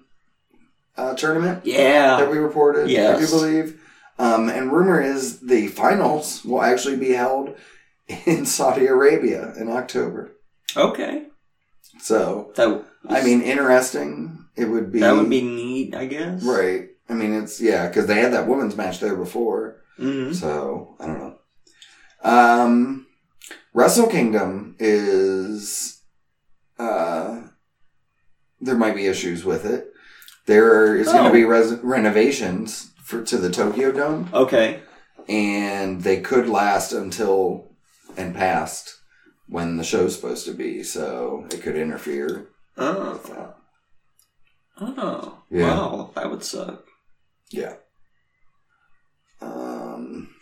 S1: uh, tournament
S2: Yeah.
S1: that we reported,
S2: Yes.
S1: I do believe. Um, and rumor is the finals will actually be held in <laughs> Saudi Arabia in October.
S2: Okay.
S1: So,
S2: That w-
S1: I mean, interesting. It would be.
S2: that would be neat, I guess.
S1: Right. I mean, it's, yeah, because they had that women's match there before.
S2: hmm
S1: So, I don't know. Um, Wrestle Kingdom is. Uh, there might be issues with it. There is going
S2: Oh.
S1: to be res- renovations for to the Tokyo Dome.
S2: Okay.
S1: and they could last until and past when the show's supposed to be, so it could interfere
S2: Oh.
S1: with that.
S2: Oh.
S1: Yeah.
S2: Wow. That would suck.
S1: Yeah. Um,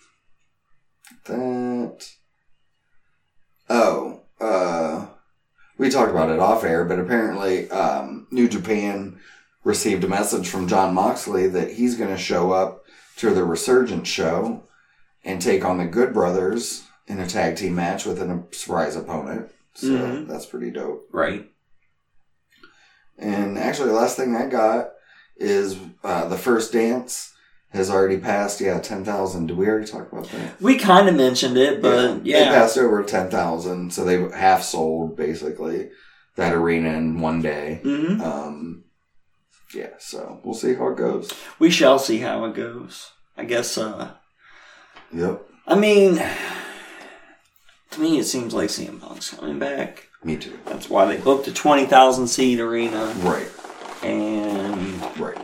S1: that. Oh, uh, we talked about it off air, but apparently, um, New Japan received a message from John Moxley that he's going to show up to the Resurgent show and take on the Good Brothers in a tag team match with a surprise opponent. So
S2: Mhm.
S1: that's pretty dope.
S2: Right.
S1: And actually, the last thing I got is uh, the first dance has already passed. Yeah, ten thousand. Did we already talk about that?
S2: We kind of mentioned it, but
S1: they
S2: yeah.
S1: passed over ten thousand, so they half sold basically that arena in one day.
S2: hmm
S1: Um, yeah, so we'll see how it goes.
S2: We shall see how it goes. I guess. Uh,
S1: Yep,
S2: I mean, to me, it seems like CM Punk's coming back.
S1: me too.
S2: That's why they booked a twenty thousand seat arena,
S1: Right,
S2: and
S1: right.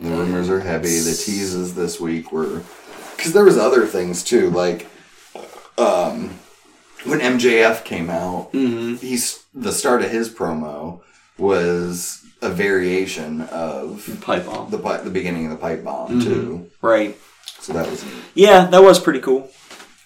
S1: The rumors are heavy. The teases this week were because there was other things too, like um, when MJF came out.
S2: hmm
S1: he's the start of his promo was a variation of
S2: pipe bomb.
S1: the pi- the beginning of the pipe bomb
S2: Mm-hmm.
S1: too.
S2: Right.
S1: So that was neat.
S2: Yeah, that was pretty cool.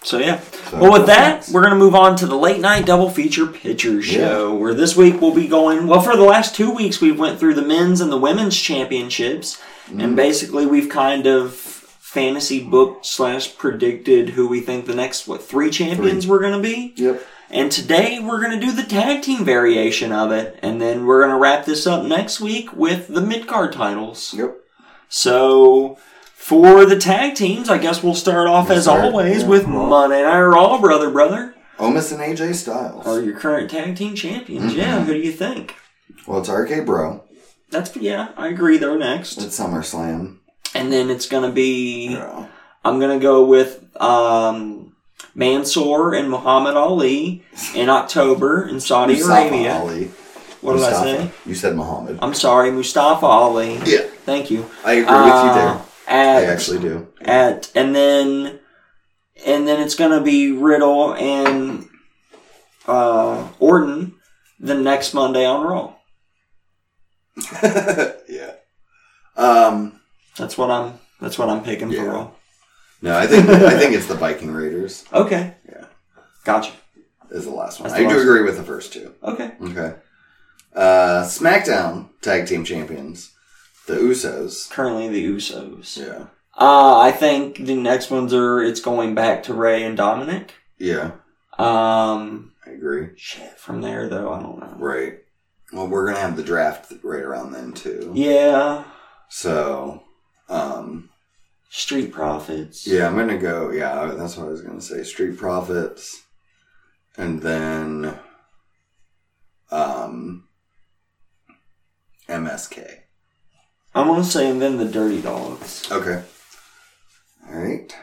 S2: So yeah.
S1: So-
S2: well, with that, we're gonna move on to the late night double feature pitcher show, where this week we'll be going. Well, for the last two weeks, we went through the men's and the women's championships, and basically we've kind of fantasy book slash predicted who we think the next what three champions were gonna be.
S1: Yep.
S2: And today we're going to do the tag team variation of it, and then we're going to wrap this up next week with the mid card titles.
S1: Yep.
S2: So for the tag teams, I guess we'll start off as
S1: start,
S2: always
S1: yeah,
S2: with
S1: Raw.
S2: Monday Night Raw, brother, brother.
S1: Omis and AJ Styles.
S2: Are your current tag team champions?
S1: Mm-hmm.
S2: Yeah, who do you think?
S1: well, it's RK Bro.
S2: That's yeah, I agree. They're next,
S1: It's SummerSlam.
S2: and then it's going to be
S1: Yeah.
S2: I'm gonna go with um, Mansoor and Muhammad Ali in October in Saudi
S1: Mustafa
S2: Arabia.
S1: Ali.
S2: What did I
S1: Mustafa.
S2: say?
S1: You said Muhammad.
S2: I'm sorry, Mustafa Ali.
S1: yeah,
S2: Thank you.
S1: I agree with you
S2: Uh,
S1: there.
S2: at,
S1: I actually do. <laughs>
S2: at and then and then it's gonna be Riddle and uh, Orton the next Monday on Raw.
S1: yeah. Um.
S2: That's what I'm. That's what I'm picking
S1: Yeah.
S2: for Raw.
S1: No, I think I think it's the Viking Raiders
S2: Okay.
S1: Yeah.
S2: Gotcha.
S1: is the last one.
S2: That's the
S1: I do
S2: last
S1: agree with the first two.
S2: Okay.
S1: Okay. Uh, SmackDown Tag Team Champions, the Usos.
S2: Currently the Usos.
S1: Yeah.
S2: Uh, I think the next ones are. It's going back to Ray and Dominic.
S1: Yeah,
S2: Um,
S1: I agree.
S2: shit. From there though, I don't know.
S1: Right. Well, we're gonna have the draft right around then too.
S2: Yeah.
S1: So, um,
S2: Street Profits.
S1: yeah, I'm gonna go. Yeah, that's what I was gonna say. Street Profits, and then, um, MSK.
S2: I'm gonna say and then the Dirty Dogs.
S1: Okay. All right.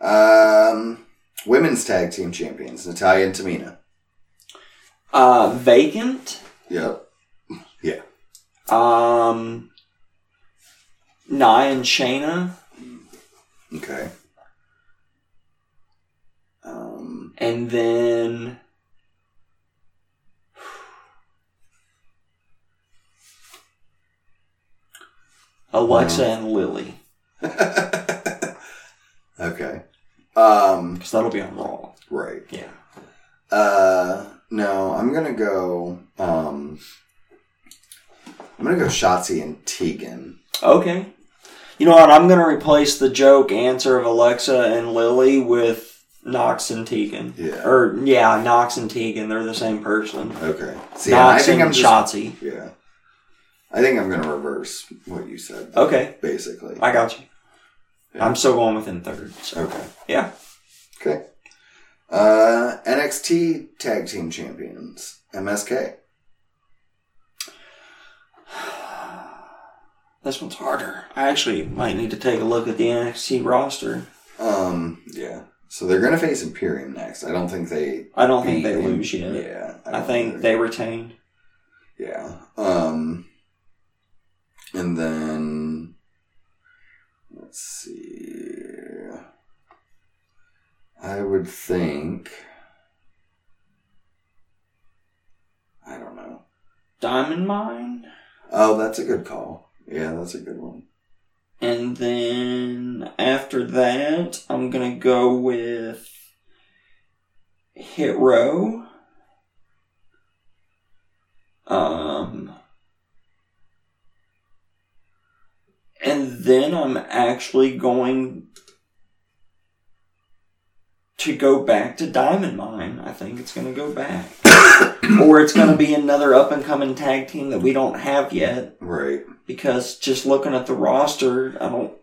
S1: Um, women's tag team champions Natalia and Tamina.
S2: Uh, Vacant.
S1: Yep.
S2: Um, Nia and Shayna,
S1: Okay. Um, <laughs>
S2: and then. Alexa and Lily,
S1: okay. Um,
S2: because that'll be on Raw.
S1: right.
S2: Yeah.
S1: Uh, no, I'm gonna go. Um, I'm gonna go Shotzi and Tegan.
S2: Okay. You know what? I'm gonna replace the joke answer of Alexa and Lily with Knox and Tegan.
S1: Yeah.
S2: Or yeah, Knox and Tegan. They're the same person.
S1: Okay. See, and I
S2: Knox
S1: think
S2: and
S1: I'm just,
S2: Shotzi.
S1: Yeah. I think I'm gonna reverse what you said.
S2: Okay,
S1: Basically.
S2: I got you.
S1: Yeah.
S2: I'm still going within third. So
S1: Okay.
S2: yeah. <sighs>
S1: Okay. Uh, NXT Tag Team Champions, MSK.
S2: This one's harder. I actually might need to take a look at the NXT roster.
S1: Um, yeah. So they're gonna face Imperium next. I don't think they.
S2: I don't think
S1: beat
S2: they
S1: Im-
S2: lose yet.
S1: Yeah.
S2: I
S1: don't
S2: think they retained.
S1: Yeah. Um. And then let's see. I would think. I don't know.
S2: Diamond Mine.
S1: Oh, that's a good call. Yeah, that's a good one. <coughs>
S2: And then after that, I'm gonna go with hit row. Um, and then I'm actually going to go back to Diamond Mine. I think it's going to go back. or it's going to be another up and coming tag team that we don't have yet
S1: Right.
S2: because just looking at the roster, I don't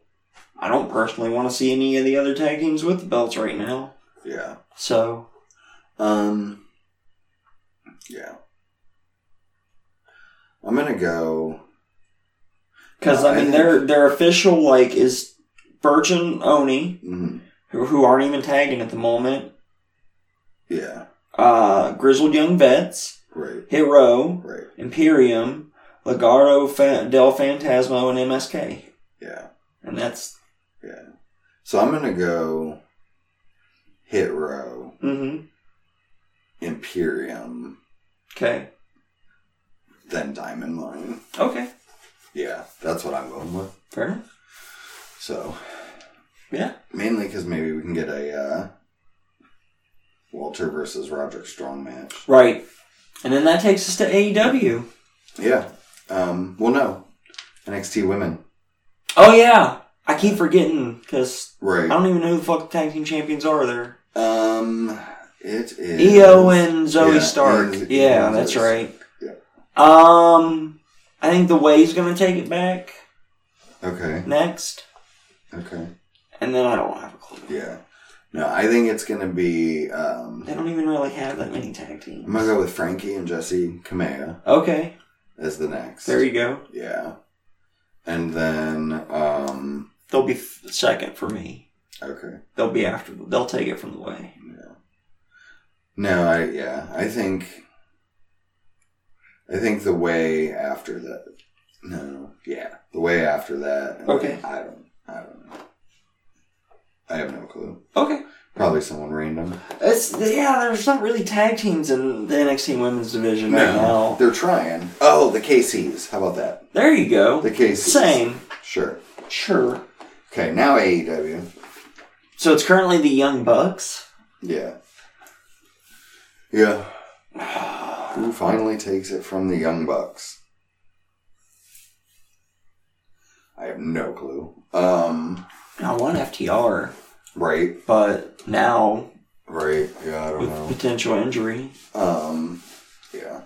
S2: I don't personally want to see any of the other tag teams with the belts right now.
S1: Yeah.
S2: So,
S1: Um. Yeah. I'm gonna go.
S2: Because I mean, their their official like is Birch and Oni,
S1: mhm,
S2: who, who aren't even tagging at the moment.
S1: Yeah.
S2: Uh, Grizzled Young Vets,
S1: Right.
S2: Hero,
S1: Right.
S2: Imperium, Legado Fa- del Fantasmo, and MSK,
S1: Yeah.
S2: and that's
S1: So I'm gonna go. Hit row
S2: mm-hmm,
S1: Imperium
S2: okay,
S1: then Diamond Mine.
S2: okay,
S1: Yeah, that's what I'm going with.
S2: fair enough.
S1: So
S2: Yeah.
S1: mainly because maybe we can get a uh, Walter versus Roderick Strong match.
S2: Right, and then that takes us to E AEW.
S1: Yeah. Um, well, no. NXT women.
S2: Oh yeah, I keep forgetting because I
S1: Right.
S2: don't even know who the fuck the tag team champions are there.
S1: Um, it is.
S2: EO and Zoe
S1: Yeah,
S2: Stark.
S1: and-
S2: yeah,
S1: and
S2: that's
S1: Zoe
S2: right.
S1: Yeah.
S2: Um, I think the Way's gonna take it back
S1: Okay.
S2: next,
S1: Okay.
S2: and then I don't have a clue.
S1: Yeah. No, I think it's going to be. Um,
S2: They don't even really have that many tag
S1: I'm going
S2: teams.
S1: to go with Frankie and Jesse Kamea
S2: Okay,
S1: as the next.
S2: there you go.
S1: Yeah. And then. Um,
S2: They'll be f- second for me.
S1: okay.
S2: They'll be after. They'll take it from the Way.
S1: No, I. Yeah. I think. I think the way after that. No. Yeah. The way after that. and
S2: Okay.
S1: I don't. I don't know. I have no clue.
S2: Okay,
S1: Probably someone random.
S2: it's yeah. There's not really tag teams in the NXT Women's Division right now.
S1: They're trying. Oh, the KCs. How about that?
S2: There you go.
S1: The KCs.
S2: Same,
S1: Sure.
S2: sure.
S1: Okay, now E AEW.
S2: So it's currently the Young Bucks.
S1: Yeah. Yeah. Who finally takes it from the Young Bucks? I have no clue. Um,
S2: I want FTR,
S1: right,
S2: but now
S1: right. Yeah, I don't
S2: with <laughs>
S1: know.
S2: potential injury.
S1: Um, yeah.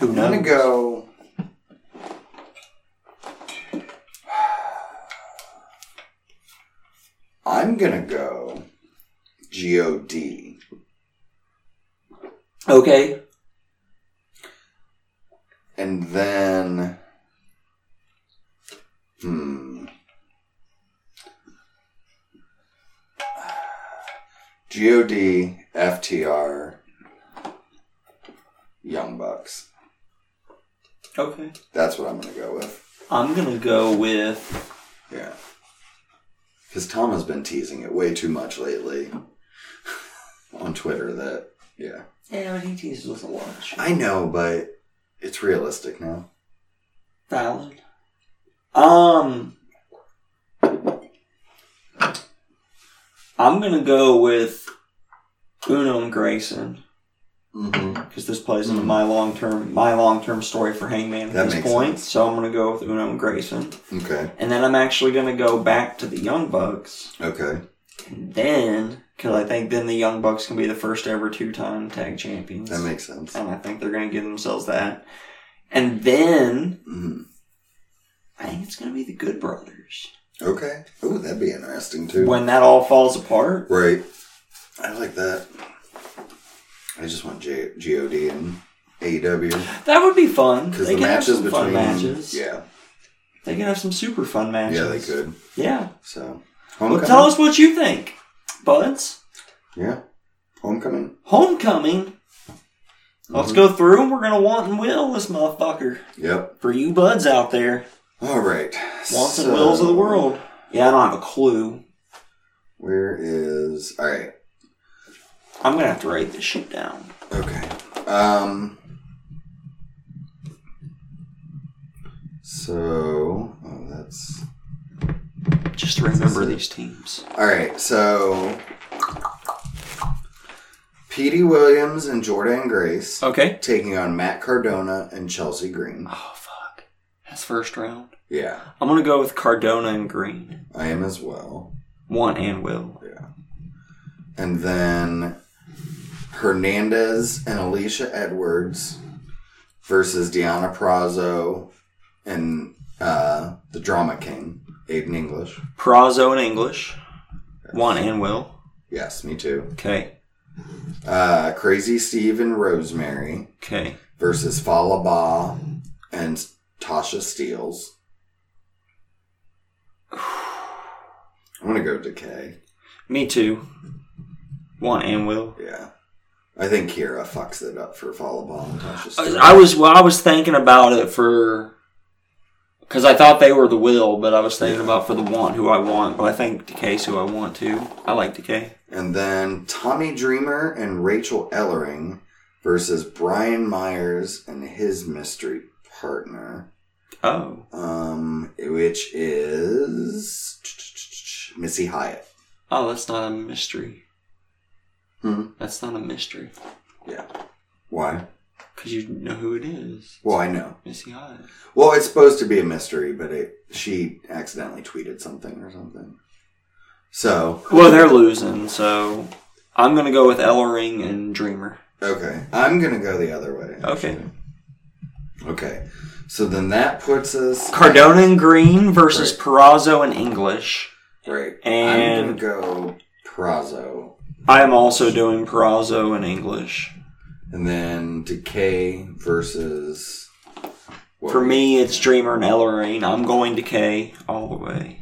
S2: Who
S1: I'm gonna
S2: knows?
S1: go. <sighs> I'm gonna go. God.
S2: Okay.
S1: And then, hmm. God, FTR, Young Bucks.
S2: Okay.
S1: That's what I'm going to go with.
S2: I'm gonna go with
S1: Yeah. Because Tom has been teasing it way too much lately <laughs> on Twitter that, yeah.
S2: yeah, but he teases with a lot of shit.
S1: I know, but it's realistic now.
S2: Valid. Um, I'm gonna go with Uno and Grayson
S1: Mm-hmm.
S2: because this plays into my long term my long term story for Hangman at
S1: That
S2: this
S1: makes
S2: point.
S1: sense.
S2: So I'm gonna go with Uno and Grayson,
S1: Okay.
S2: and then I'm actually gonna go back to the Young Bucks.
S1: Okay.
S2: then because I think then the Young Bucks can be the first ever two time tag champions,
S1: That makes sense.
S2: and I think they're going to give themselves that. And then
S1: hmm
S2: I think it's going to be the Good Brothers
S1: Okay. Ooh, that'd be interesting too.
S2: when that all falls apart.
S1: Right. I like that. I just want J- God and AEW
S2: That would be fun.
S1: because
S2: They
S1: the
S2: could have
S1: matches
S2: some
S1: between
S2: fun matches.
S1: yeah,
S2: They could have some super fun matches.
S1: yeah, they could.
S2: Yeah.
S1: So
S2: Well,
S1: homecoming,
S2: tell us what you think, buds.
S1: yeah, homecoming.
S2: Homecoming. Let's
S1: Mm-hmm.
S2: go through, and we're gonna want and will this motherfucker
S1: Yep.
S2: for you buds out there,
S1: All right.
S2: wants and wills of the
S1: So,
S2: world. Yeah, I don't have a clue.
S1: Where is all right?
S2: I'm gonna have to write this shit down.
S1: Okay. Um. So oh, that's
S2: Just to remember these teams.
S1: All right, so Petey Williams and Jordan Grace
S2: Okay.
S1: taking on Matt Cardona and Chelsea Green.
S2: Oh fuck. That's first round.
S1: Yeah,
S2: I'm gonna go with Cardona and Green.
S1: I am as well.
S2: One and Will.
S1: Yeah. And then Hernandez and Alicia Edwards versus Deanna Prazo and uh, the Drama King, Aiden English.
S2: Prazo and English. One and Will.
S1: Yes, me too.
S2: Okay.
S1: Uh, Crazy Steve and Rosemary
S2: Okay.
S1: versus Falaba and Tasha Steeles. I'm gonna go Decay.
S2: Me too. One and Will.
S1: Yeah, I think Kira fucks it up for Falaba and Tasha Steeles.
S2: I was well, I was thinking about it for because I thought they were the will, but I was thinking about for the want who I want. But I think Decay's who I want to. I like Decay.
S1: and then Tommy Dreamer and Rachel Ellering versus Brian Myers and his mystery partner,
S2: Oh,
S1: um, which is Missy Hyatt.
S2: oh, that's not a mystery.
S1: Hmm.
S2: That's not a mystery
S1: Yeah. Why?
S2: because you know who it is.
S1: Well, I know.
S2: Missy Hyatt.
S1: Well, it's supposed to be a mystery, but it she accidentally tweeted something or something. So
S2: Well, they're losing, so I'm gonna go with Ellering and Dreamer.
S1: okay, I'm gonna go the other way.
S2: Okay.
S1: actually. Okay. So then that puts us
S2: Cardona and Green versus Perazzo and English.
S1: Right. I'm
S2: And-
S1: gonna go Prazo,
S2: I am also doing Perazzo and English.
S1: and then Decay versus. what-
S2: For me, it's Dreamer and Ellering. I'm going Decay all the way.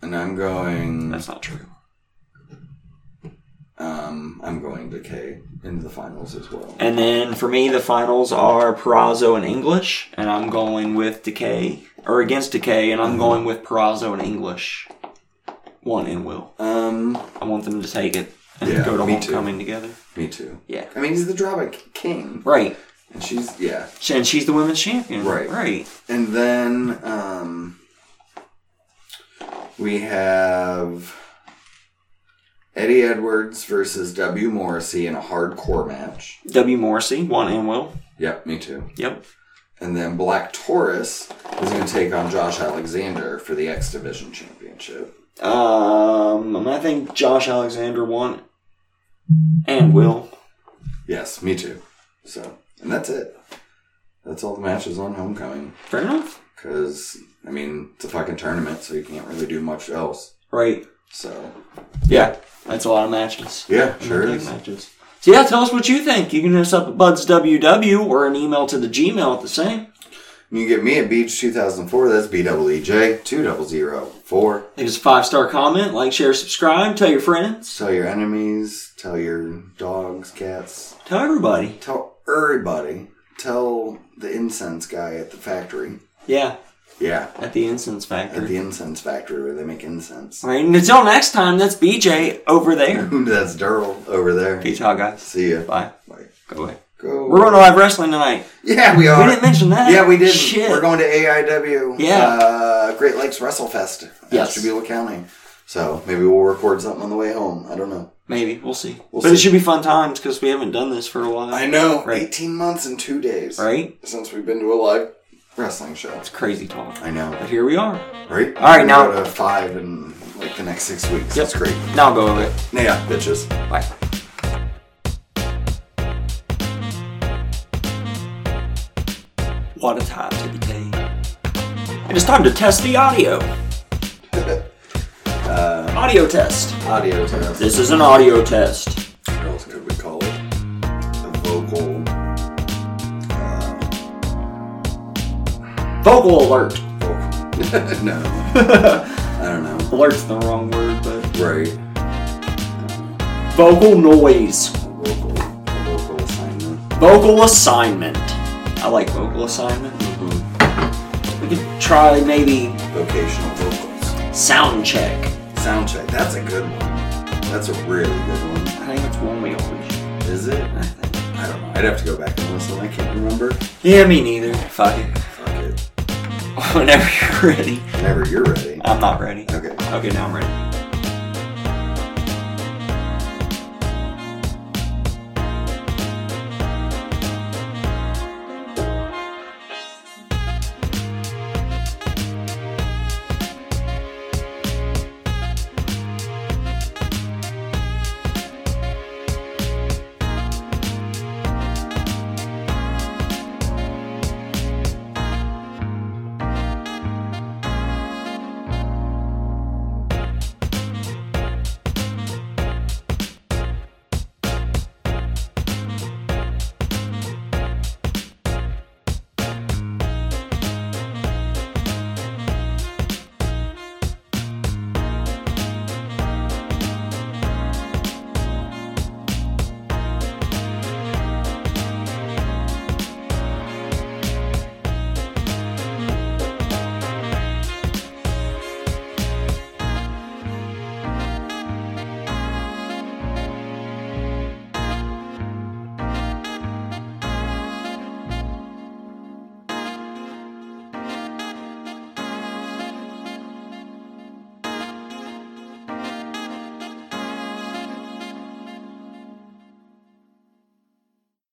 S1: and I'm going.
S2: That's not true.
S1: Um, I'm going Decay into the finals as well.
S2: And then for me, the finals are Perazzo and English, and I'm going with Decay or against Decay, and I'm
S1: Mm-hmm.
S2: going with Perazzo and English. One and Will.
S1: Um,
S2: I want them to take it and
S1: Yeah,
S2: go to
S1: me too.
S2: homecoming together.
S1: me too.
S2: Yeah.
S1: I mean, he's the drama king,
S2: Right.
S1: and she's yeah.
S2: And she's the women's champion.
S1: Right.
S2: Right.
S1: And then um, we have Eddie Edwards versus W. Morrissey in a hardcore match.
S2: W. Morrissey, one and Will.
S1: Yep, me too.
S2: Yep.
S1: And then Black Taurus is going to take on Josh Alexander for the X Division Championship.
S2: Um, and I think Josh Alexander won and Will.
S1: Yes, me too. So, and that's it. That's all the matches on Homecoming.
S2: Fair enough.
S1: Because, I mean, it's a fucking tournament, so you can't really do much else.
S2: Right.
S1: So,
S2: Yeah. That's a lot of matches.
S1: yeah, sure
S2: Big
S1: is.
S2: matches. So yeah, tell us what you think. You can hit us up at budsww or an email to the Gmail at the same.
S1: You can get me at Beach2004. That's E B-double-E-J-2004.
S2: Leave us a five star comment, like, share, subscribe, tell your friends,
S1: Tell your enemies, tell your dogs, cats,
S2: tell everybody.
S1: tell everybody. Tell the incense guy at the factory.
S2: Yeah,
S1: Yeah,
S2: at the Incense
S1: at
S2: Factory.
S1: the incense factory where they make incense. <laughs>
S2: All right, and until next time, that's BJ over there.
S1: That's Daryl over there.
S2: Peace out, guys.
S1: See ya.
S2: Bye.
S1: Bye.
S2: Go away.
S1: Go.
S2: We're going to live wrestling tonight.
S1: Yeah, we are.
S2: We didn't mention that.
S1: Yeah, we did.
S2: Shit.
S1: We're going to AIW.
S2: Yeah.
S1: Uh, Great Lakes WrestleFest.
S2: Yes.
S1: Ashtabula County. So maybe we'll record something on the way home. I don't know.
S2: Maybe. We'll see.
S1: We'll
S2: but it
S1: see.
S2: should be fun times because we haven't done this for a while.
S1: I know.
S2: Right.
S1: 18 months and two days
S2: Right?
S1: since we've been to a live wrestling show.
S2: It's crazy talk.
S1: I know.
S2: But here we are.
S1: Right?
S2: All right,
S1: We
S2: now-
S1: go to five in like the next six weeks. That's great.
S2: Now go away.
S1: Yeah, bitches.
S2: Bye. What a time to be tamed. It is time to test the <laughs> audio. Uh, audio test.
S1: Audio test.
S2: This is an audio test.
S1: What else could we call it? A vocal. Uh,
S2: Vocal alert.
S1: vocal. <laughs> no. I don't know.
S2: Alert's the wrong word, but
S1: Right.
S2: vocal noise.
S1: Vocal. Vocal assignment.
S2: Vocal assignment. I like vocal assignment. We could try maybe
S1: Vocational vocals.
S2: sound check.
S1: Sound check. That's a good one. That's a really good one.
S2: I think that's one we always.
S1: Is it?
S2: I think.
S1: I don't know. I'd have to go back and listen. I can't remember.
S2: Yeah, me neither. Fuck it.
S1: Fuck it.
S2: <laughs> Whenever you're ready.
S1: Whenever you're ready.
S2: I'm not ready.
S1: Okay.
S2: Okay, now I'm ready.